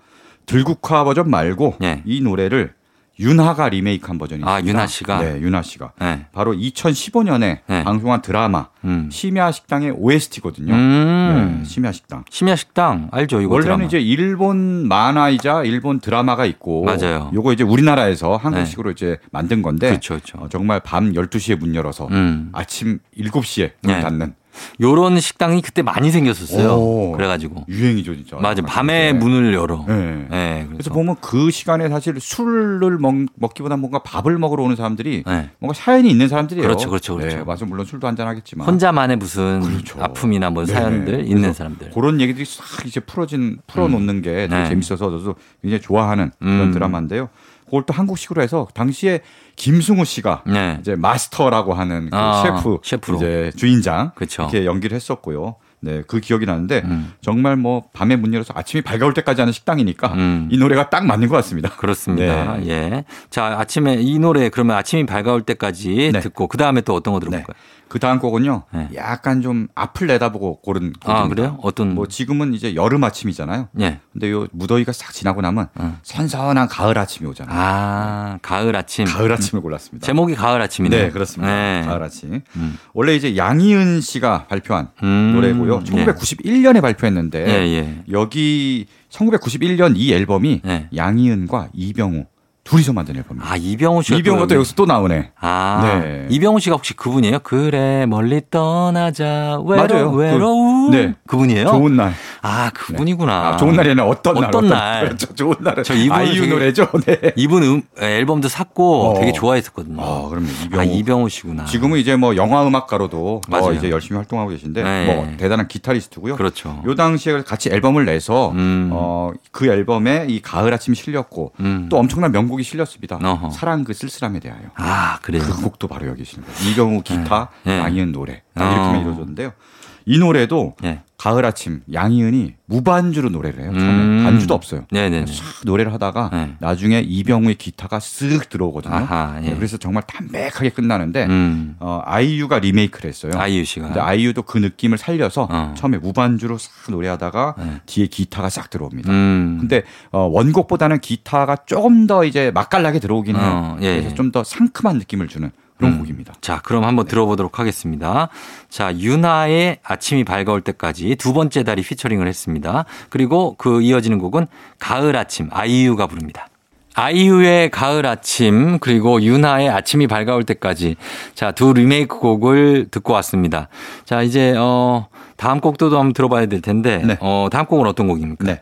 S6: 들국화 버전 말고
S1: 예.
S6: 이 노래를 윤하가 리메이크한 버전이
S1: 아,
S6: 있습니다.
S1: 윤하 씨가?
S6: 네, 윤하 씨가
S1: 예.
S6: 바로 2015년에
S1: 네.
S6: 방송한 드라마
S1: 음.
S6: 심야 식당의 OST거든요. 네,
S1: 음.
S6: 심야 식당.
S1: 심야 식당 알죠? 이거
S6: 원래는
S1: 드라마.
S6: 이제 일본 만화이자 일본 드라마가 있고
S1: 맞아요. 네.
S6: 요거 이제 우리나라에서 한국식으로 이제 만든 건데
S1: 그렇죠, 그렇죠.
S6: 어, 정말 밤 12시에 문 열어서
S1: 음.
S6: 아침 7시에
S1: 네.
S6: 문 닫는
S1: 요런 식당이 그때 많이 생겼었어요.
S6: 오.
S1: 그래가지고.
S6: 유행이죠, 진짜.
S1: 맞아.
S6: 정말.
S1: 밤에
S6: 네.
S1: 문을 열어. 예.
S6: 네.
S1: 그래서,
S6: 그래서 보면 그 시간에 사실 술을 먹, 먹기보다 뭔가 밥을 먹으러 오는 사람들이
S1: 네.
S6: 뭔가 사연이 있는 사람들이에요.
S1: 그렇죠, 그렇죠, 그렇죠.
S6: 네, 맞아 물론 술도 한잔 하겠지만
S1: 혼자만의 무슨
S6: 그렇죠.
S1: 아픔이나 뭐
S6: 네.
S1: 사연들
S6: 그래서
S1: 있는 사람들.
S6: 그런 얘기들이 싹 이제 풀어진 풀어놓는 게 되게
S1: 네.
S6: 재밌어서 저도 굉장히 좋아하는
S1: 음.
S6: 그런 드라마인데요. 그걸 또 한국식으로 해서 당시에 김승우 씨가
S1: 네.
S6: 이제 마스터라고 하는 그
S1: 아,
S6: 셰프
S1: 셰프로.
S6: 이제 주인장
S1: 그쵸.
S6: 이렇게 연기를 했었고요. 네, 그 기억이 나는데
S1: 음.
S6: 정말 뭐 밤에 문 열어서 아침이 밝아올 때까지 하는 식당이니까
S1: 음.
S6: 이 노래가 딱 맞는 것 같습니다.
S1: 그렇습니다.
S6: 네.
S1: 예. 자, 아침에 이 노래 그러면 아침이 밝아올 때까지
S6: 네.
S1: 듣고 그 다음에 또 어떤 거 들어볼까요?
S6: 그 다음 곡은요.
S1: 네.
S6: 약간 좀 앞을 내다보고 고른 곡입니다.
S1: 아, 그래요? 어떤
S6: 뭐 지금은 이제 여름 아침이잖아요.
S1: 예.
S6: 근데 요 무더위가 싹 지나고 나면 선선한 가을 아침이 오잖아요.
S1: 네. 아, 가을 아침.
S6: 네. 가을 아침을 골랐습니다.
S1: 제목이 가을 아침이네요.
S6: 네, 그렇습니다.
S1: 네.
S6: 가을 아침.
S1: 음.
S6: 원래 이제 양희은 씨가 발표한
S1: 음.
S6: 노래고요.
S1: 예.
S6: 1991년에 발표했는데
S1: 예, 예.
S6: 여기 1991년 이 앨범이
S1: 네.
S6: 양희은과 이병우 둘이서 만든 앨범입니다.
S1: 아, 이병호 씨가
S6: 이병우가
S1: 또
S6: 또 여기서 또 나오네.
S1: 아,
S6: 네.
S1: 이병우 씨가 혹시 그분이에요? 그래 멀리 떠나자 외로
S6: 맞아요. 그-
S1: 외로움
S6: 네.
S1: 그분이에요?
S6: 좋은 날.
S1: 아 그분이구나.
S6: 아, 좋은 날에는 어떤 날?
S1: 어떤 날.
S6: [LAUGHS] 그렇죠. 좋은 날은
S1: 저 이분은
S6: 아이유
S1: 되게-
S6: 노래죠. 네.
S1: 이분 음, 앨범도 샀고
S6: 어.
S1: 되게 좋아했었거든요.
S6: 아, 그럼요. 이병우.
S1: 아 이병우 씨구나.
S6: 지금은 이제 뭐 영화 음악가로도 뭐
S1: 맞아요.
S6: 이제 열심히 활동하고 계신데
S1: 네.
S6: 뭐 대단한 기타리스트고요.
S1: 그렇죠.
S6: 요 당시에 같이 앨범을 내서
S1: 음.
S6: 어, 그 앨범에 이 가을 아침이 실렸고
S1: 음.
S6: 또 엄청난 명곡이 실렸습니다.
S1: 어허.
S6: 사랑 그 쓸쓸함에 대하여.
S1: 아 그래요.
S6: 그 곡도 바로 여기 있습니다. 이경우 기타,
S1: 네. 네.
S6: 양희은 노래
S1: 어.
S6: 이렇게만 이루어졌는데요. 이 노래도
S1: 예.
S6: 가을 아침 양희은이 무반주로 노래를 해요. 처음에
S1: 음.
S6: 반주도 없어요.
S1: 네네네.
S6: 싹 노래를 하다가
S1: 네.
S6: 나중에 이병우의 기타가 쓱 들어오거든요.
S1: 아하, 예.
S6: 네, 그래서 정말 담백하게 끝나는데
S1: 음.
S6: 어, 아이유가 리메이크를 했어요.
S1: 아이유 씨가.
S6: 네. 근데 아이유도 그 느낌을 살려서
S1: 어.
S6: 처음에 무반주로 싹 노래하다가
S1: 네.
S6: 뒤에 기타가 싹 들어옵니다.
S1: 음.
S6: 근데 어, 원곡보다는 기타가 조금 더 이제 맛깔나게 들어오긴 해요.
S1: 어, 예,
S6: 그래서
S1: 예.
S6: 좀 더 상큼한 느낌을 주는 그런
S1: 음.
S6: 곡입니다.
S1: 자, 그럼 한번
S6: 네.
S1: 들어보도록 하겠습니다. 자, 유나의 아침이 밝아올 때까지 두 번째 다리 피처링을 했습니다. 그리고 그 이어지는 곡은 가을 아침 아이유가 부릅니다. 아이유의 가을 아침 그리고 유나의 아침이 밝아올 때까지 자 두 리메이크 곡을 듣고 왔습니다. 자 이제 어 다음 곡도 한번 들어봐야 될 텐데
S6: 네.
S1: 어 다음 곡은 어떤 곡입니까?
S6: 네.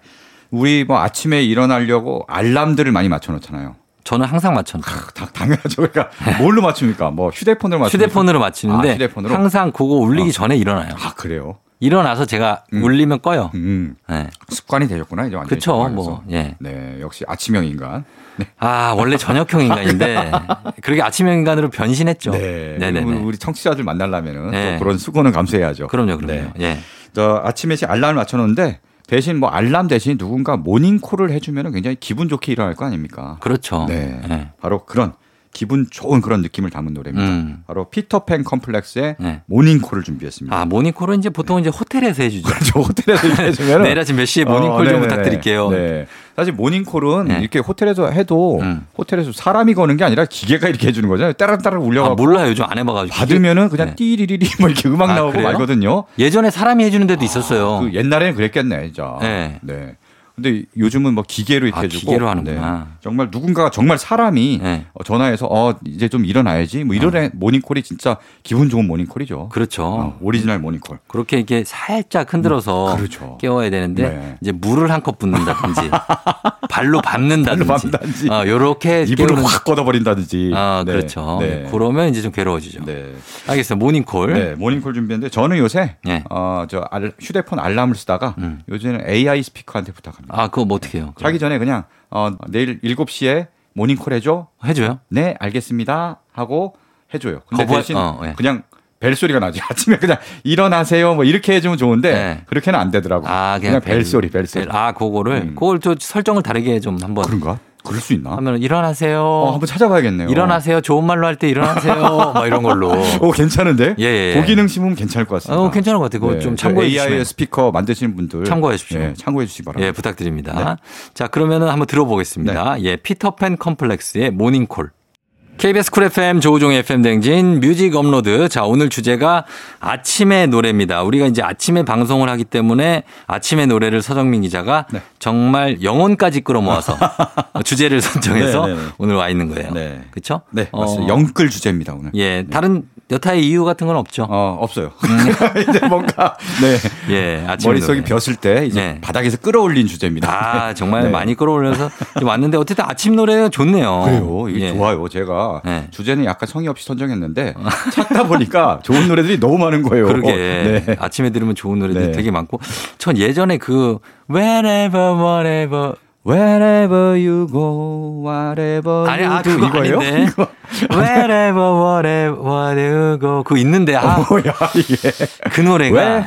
S6: 우리 뭐 아침에 일어나려고 알람들을 많이 맞춰 놓잖아요.
S1: 저는 항상 맞췄죠.
S6: 다- 당연하죠.
S1: [LAUGHS]
S6: 그러니까 뭘로 맞춥니까? 뭐 휴대폰으로 맞춥니까?
S1: 휴대폰으로 맞추는데
S6: 아, 휴대폰으로?
S1: 항상 그거 울리기
S6: 어.
S1: 전에 일어나요.
S6: 아, 그래요.
S1: 일어나서 제가
S6: 음.
S1: 울리면 꺼요.
S6: 음.
S1: 네.
S6: 습관이 되셨구나. 이제 완전히.
S1: 그쵸,
S6: 정말
S1: 뭐,
S6: 네, 그래서.
S1: 예.
S6: 네, 역시 아침형 인간. 네.
S1: 아 원래 저녁형
S6: [LAUGHS]
S1: 인간인데 그렇게 아침형 인간으로 변신했죠.
S6: 네.
S1: 네네
S6: 우리,
S1: 네.
S6: 우리 청취자들 만나려면은
S1: 네.
S6: 또 그런 수고는 감수해야죠.
S1: 그럼요, 그럼요.
S6: 네.
S1: 예.
S6: 저 아침에 이제 알람을 맞춰놓는데 대신 뭐 알람 대신 누군가 모닝콜을 해주면 굉장히 기분 좋게 일어날 거 아닙니까?
S1: 그렇죠.
S6: 네.
S1: 예.
S6: 바로 그런 기분 좋은 그런 느낌을 담은 노래입니다.
S1: 음.
S6: 바로 피터팬 컴플렉스의
S1: 네.
S6: 모닝콜을 준비했습니다.
S1: 아 모닝콜은 이제 보통 이제 호텔에서 해주죠.
S6: [LAUGHS] 저
S1: [LAUGHS]
S6: 호텔에서 이렇게 해주면
S1: 내일 아침 몇 시에 예, 모닝콜 좀 부탁드릴게요.
S6: 어,
S1: 아,
S6: 네. 사실 모닝콜은
S1: 네.
S6: 이렇게 호텔에서 해도
S1: 음.
S6: 호텔에서 사람이 거는 게 아니라 기계가 이렇게 해주는 거잖아요. 따랑따랑
S1: 아
S6: 울려가고
S1: 몰라요, 요즘 안 해봐가지고.
S6: 받으면은 그냥
S1: 네.
S6: 띠리리리 뭐 이렇게 음악
S1: 아,
S6: 나오고
S1: 그래요?
S6: 말거든요.
S1: 예전에 사람이 해주는 데도 있었어요.
S6: 그 옛날에는 그랬겠네, 진짜.
S1: 네.
S6: 네. 근데 요즘은 뭐 기계로 이렇게
S1: 아,
S6: 해주고 네.
S1: 기계로 하는구나.
S6: 정말 누군가가 정말 사람이
S1: 네.
S6: 어, 전화해서 어 이제 좀 일어나야지 뭐 이런 애 모닝콜이 진짜 기분 좋은 모닝콜이죠.
S1: 그렇죠.
S6: 어, 오리지널 모닝콜.
S1: 그렇게 이렇게 살짝 흔들어서
S6: 음, 그렇죠.
S1: 깨워야 되는데
S6: 네.
S1: 이제 물을 한 컵
S6: [LAUGHS]
S1: 붓는다든지 발로 밟는다든지,
S6: 발로 밟는다든지.
S1: 어, 요렇게
S6: 이불을
S1: 깨우는-
S6: 확 걷어버린다든지.
S1: 아
S6: 네.
S1: 그렇죠.
S6: 네.
S1: 그러면 이제 좀 괴로워지죠.
S6: 네.
S1: 알겠어요. 모닝콜.
S6: 네, 모닝콜 준비했는데 저는 요새
S1: 예.
S6: 어, 저 알- 휴대폰 알람을 쓰다가
S1: 음.
S6: 요즘에는 AI 스피커한테 부탁합니다.
S1: 아 그거 뭐 어떻게 해요?
S6: 자기 전에 그냥 어, 내일 7시에 모닝콜 해줘.
S1: 해줘요?
S6: 네, 알겠습니다. 하고 해줘요. 근데
S1: 거부할-
S6: 대신
S1: 어, 예.
S6: 그냥 벨 소리가 나지. [LAUGHS] 아침에 그냥 일어나세요. 뭐 이렇게 해주면 좋은데
S1: 네.
S6: 그렇게는 안 되더라고.
S1: 아
S6: 그냥, 벨 소리, 벨 소리.
S1: 아 그거를
S6: 음.
S1: 그걸 좀 설정을 다르게 좀 한번
S6: 그런가? 그럴 수 있나?
S1: 하면 일어나세요.
S6: 어, 한번 찾아봐야겠네요.
S1: 일어나세요. 좋은 말로 할 때
S6: [LAUGHS]
S1: 일어나세요. 막 이런 걸로.
S6: 오, 괜찮은데?
S1: 예, 예.
S6: 고기능 심으면 괜찮을 것 같습니다. 네.
S1: 어, 괜찮은 것 같아요. 그거 좀 참고해
S6: AI
S1: 주시면.
S6: 의 스피커 만드시는 분들
S1: 참고해 주십시오.
S6: 예, 참고해 주시기 바랍니다. 네.
S1: 예, 부탁드립니다. 자, 그러면은 한번 들어보겠습니다. 예, 피터팬 컴플렉스의 모닝콜. KBS 쿨 FM 조우종의 FM 댕진 뮤직 업로드. 자, 오늘 주제가 아침의 노래입니다. 우리가 이제 아침에 방송을 하기 때문에 아침의 노래를 서정민 기자가
S6: 네.
S1: 정말 영혼까지
S6: [LAUGHS]
S1: 끌어모아서 주제를 선정해서
S6: 네, 네, 네.
S1: 오늘 와 있는 거예요.
S6: 네.
S1: 그렇죠?
S6: 네, 맞습니다. 영끌 주제입니다 오늘.
S1: 예, 다른 여타의 이유 같은 건 없죠.
S6: 어, 없어요. [LAUGHS] 이제 뭔가 네.
S1: 음. 예, 아침
S6: 머릿속이 벼슬 때 이제
S1: 네.
S6: 바닥에서 끌어올린 주제입니다.
S1: 아, 정말
S6: 네.
S1: 많이 끌어올려서 좀 왔는데 어쨌든 아침 노래는 좋네요.
S6: 그래요. 이게
S1: 예.
S6: 좋아요. 제가
S1: 네. 어.
S6: 주제는 약간 성의 없이 선정했는데 찾다 보니까 좋은 노래들이 너무 많은 거예요.
S1: 그러게
S6: 네.
S1: 아침에 들으면 좋은 노래들이
S6: 네.
S1: 되게 많고 전 예전에 그 whenever whatever
S6: Wherever you go, whatever you
S1: 아니 아
S6: do
S1: 그거 [LAUGHS]
S6: 이거예요?
S1: 아닌데
S6: 이거
S1: wherever whatever whatever go 그거 있는데 아 그
S6: 뭐야 이게?
S1: 노래가
S6: 어. 왜?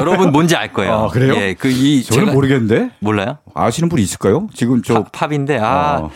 S1: 여러분 뭔지 알 거예요.
S6: 아, 그래요?
S1: 예, 그이
S6: 저는 모르겠는데
S1: 몰라요?
S6: 아시는 분 있을까요? 지금 저
S1: 팝, 팝인데 아
S6: 어.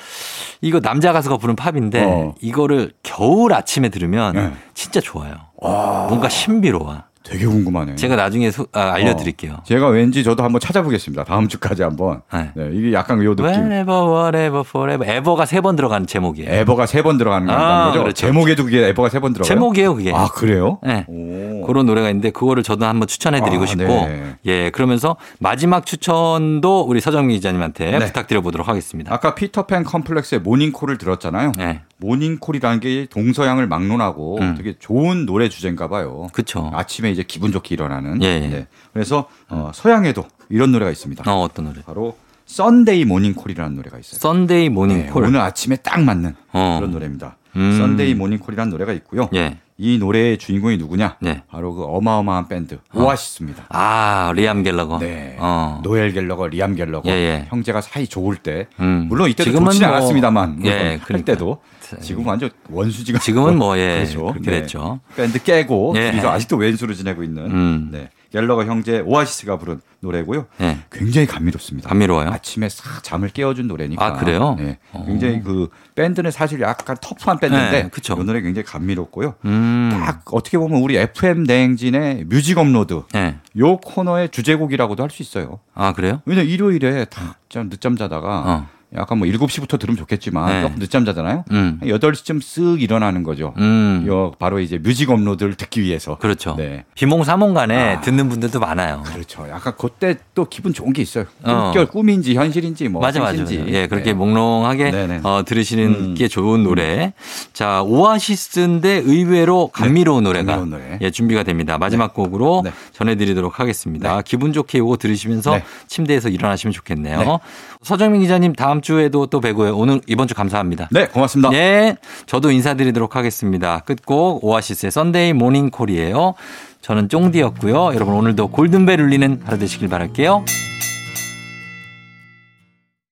S1: 이거 남자 가수가 부른 팝인데
S6: 어.
S1: 이거를 겨울 아침에 들으면
S6: 네.
S1: 진짜 좋아요. 뭔가 신비로워.
S6: 되게 궁금하네.
S1: 제가 나중에 소- 아, 알려드릴게요.
S6: 어, 제가 왠지 저도 한번 찾아보겠습니다. 다음 주까지 한번.
S1: 네.
S6: 네. 이게 약간 요 느낌.
S1: Whenever, whatever, forever. 에버가 세 번 들어가는 제목이에요.
S6: 에버가 세 번 들어가는 거
S1: 아,
S6: 아, 거죠?
S1: 그렇죠.
S6: 제목에도 그게 에버가 세 번 들어가요?
S1: 제목이에요, 그게.
S6: 아, 그래요?
S1: 네.
S6: 오.
S1: 그런 노래가 있는데 그거를 저도 한번 추천해드리고
S6: 아,
S1: 싶고
S6: 네.
S1: 예 그러면서 마지막 추천도 우리 서정민 기자님한테
S6: 네.
S1: 부탁드려 보도록 하겠습니다.
S6: 아까 피터팬 컴플렉스의 모닝콜을 들었잖아요.
S1: 네,
S6: 모닝콜이라는 게 동서양을 막론하고
S1: 음.
S6: 되게 좋은 노래 주제인가 봐요.
S1: 그쵸.
S6: 아침에 이제 기분 좋게 일어나는. 네.
S1: 예, 예.
S6: 그래서 어, 서양에도 이런 노래가 있습니다.
S1: 어 어떤 노래?
S6: 바로 썬데이 모닝콜이라는 노래가 있어요.
S1: Sunday
S6: 네,
S1: Morning Call.
S6: 오늘 아침에 딱 맞는
S1: 어.
S6: 그런 노래입니다.
S1: 음.
S6: 썬데이 모닝콜이라는 노래가 있고요.
S1: 예.
S6: 이 노래의 주인공이 누구냐?
S1: 네.
S6: 바로 그 어마어마한 밴드 오아시스입니다.
S1: 아 리암 갤러거.
S6: 네.
S1: 어.
S6: 노엘 갤러거, 리암 갤러거
S1: 예, 예.
S6: 형제가 사이 좋을 때
S1: 음.
S6: 물론 이때도
S1: 지금은
S6: 좋지는
S1: 뭐-
S6: 않았습니다만 물론
S1: 예,
S6: 할
S1: 그러니까.
S6: 때도 지금 완전 원수지가
S1: 지금은 뭐, 예,
S6: 그렇죠.
S1: 그렇게 됐죠.
S6: 밴드 깨고
S1: 예.
S6: 둘이서 아직도 왼수로 지내고 있는
S1: 음.
S6: 네. 갤러거 형제 오아시스가 부른 노래고요.
S1: 네.
S6: 굉장히 감미롭습니다.
S1: 감미로워요.
S6: 아침에 싹 잠을 깨워준 노래니까.
S1: 아, 그래요?
S6: 네.
S1: 어.
S6: 굉장히 그 밴드는 사실 약간 터프한 밴드인데
S1: 네, 그쵸.
S6: 이 노래 굉장히 감미롭고요.
S1: 음.
S6: 딱 어떻게 보면 우리 FM 대행진의 뮤직 업로드
S1: 네.
S6: 요 코너의 주제곡이라고도 할 수 있어요.
S1: 아, 그래요?
S6: 왜냐 일요일에 다좀 늦잠 자다가
S1: 어.
S6: 약간 뭐 7시부터 들으면 좋겠지만
S1: 네.
S6: 조금 늦잠 자잖아요.
S1: 음.
S6: 한 8시쯤 쓱 일어나는 거죠.
S1: 음.
S6: 요 바로 이제 뮤직 업로드를 듣기 위해서.
S1: 그렇죠.
S6: 네.
S1: 비몽사몽 간에
S6: 아.
S1: 듣는 분들도 많아요.
S6: 그렇죠. 약간 그때 또 기분 좋은 게 있어요.
S1: 어.
S6: 꿈결 꿈인지 현실인지 뭐
S1: 맞아, 맞아. 맞아.
S6: 생신지.
S1: 예, 그렇게
S6: 네.
S1: 몽롱하게
S6: 네네.
S1: 어, 들으시는
S6: 음.
S1: 게 좋은 노래. 자, 오아시스인데 의외로 감미로운 노래가
S6: 네. 감미로운 노래.
S1: 예, 준비가 됩니다. 마지막 곡으로
S6: 네.
S1: 전해드리도록 하겠습니다. 기분 좋게 이거 들으시면서
S6: 네.
S1: 침대에서 일어나시면 좋겠네요.
S6: 네.
S1: 서정민 기자님 다음 주에도 또 뵈고요. 오늘 이번 주 감사합니다.
S6: 네, 고맙습니다.
S1: 예, 저도 인사드리도록 하겠습니다. 끝곡 오아시스의 썬데이 모닝콜이에요. 저는 쫑디였고요. 여러분 오늘도 골든벨 울리는 하루 되시길 바랄게요.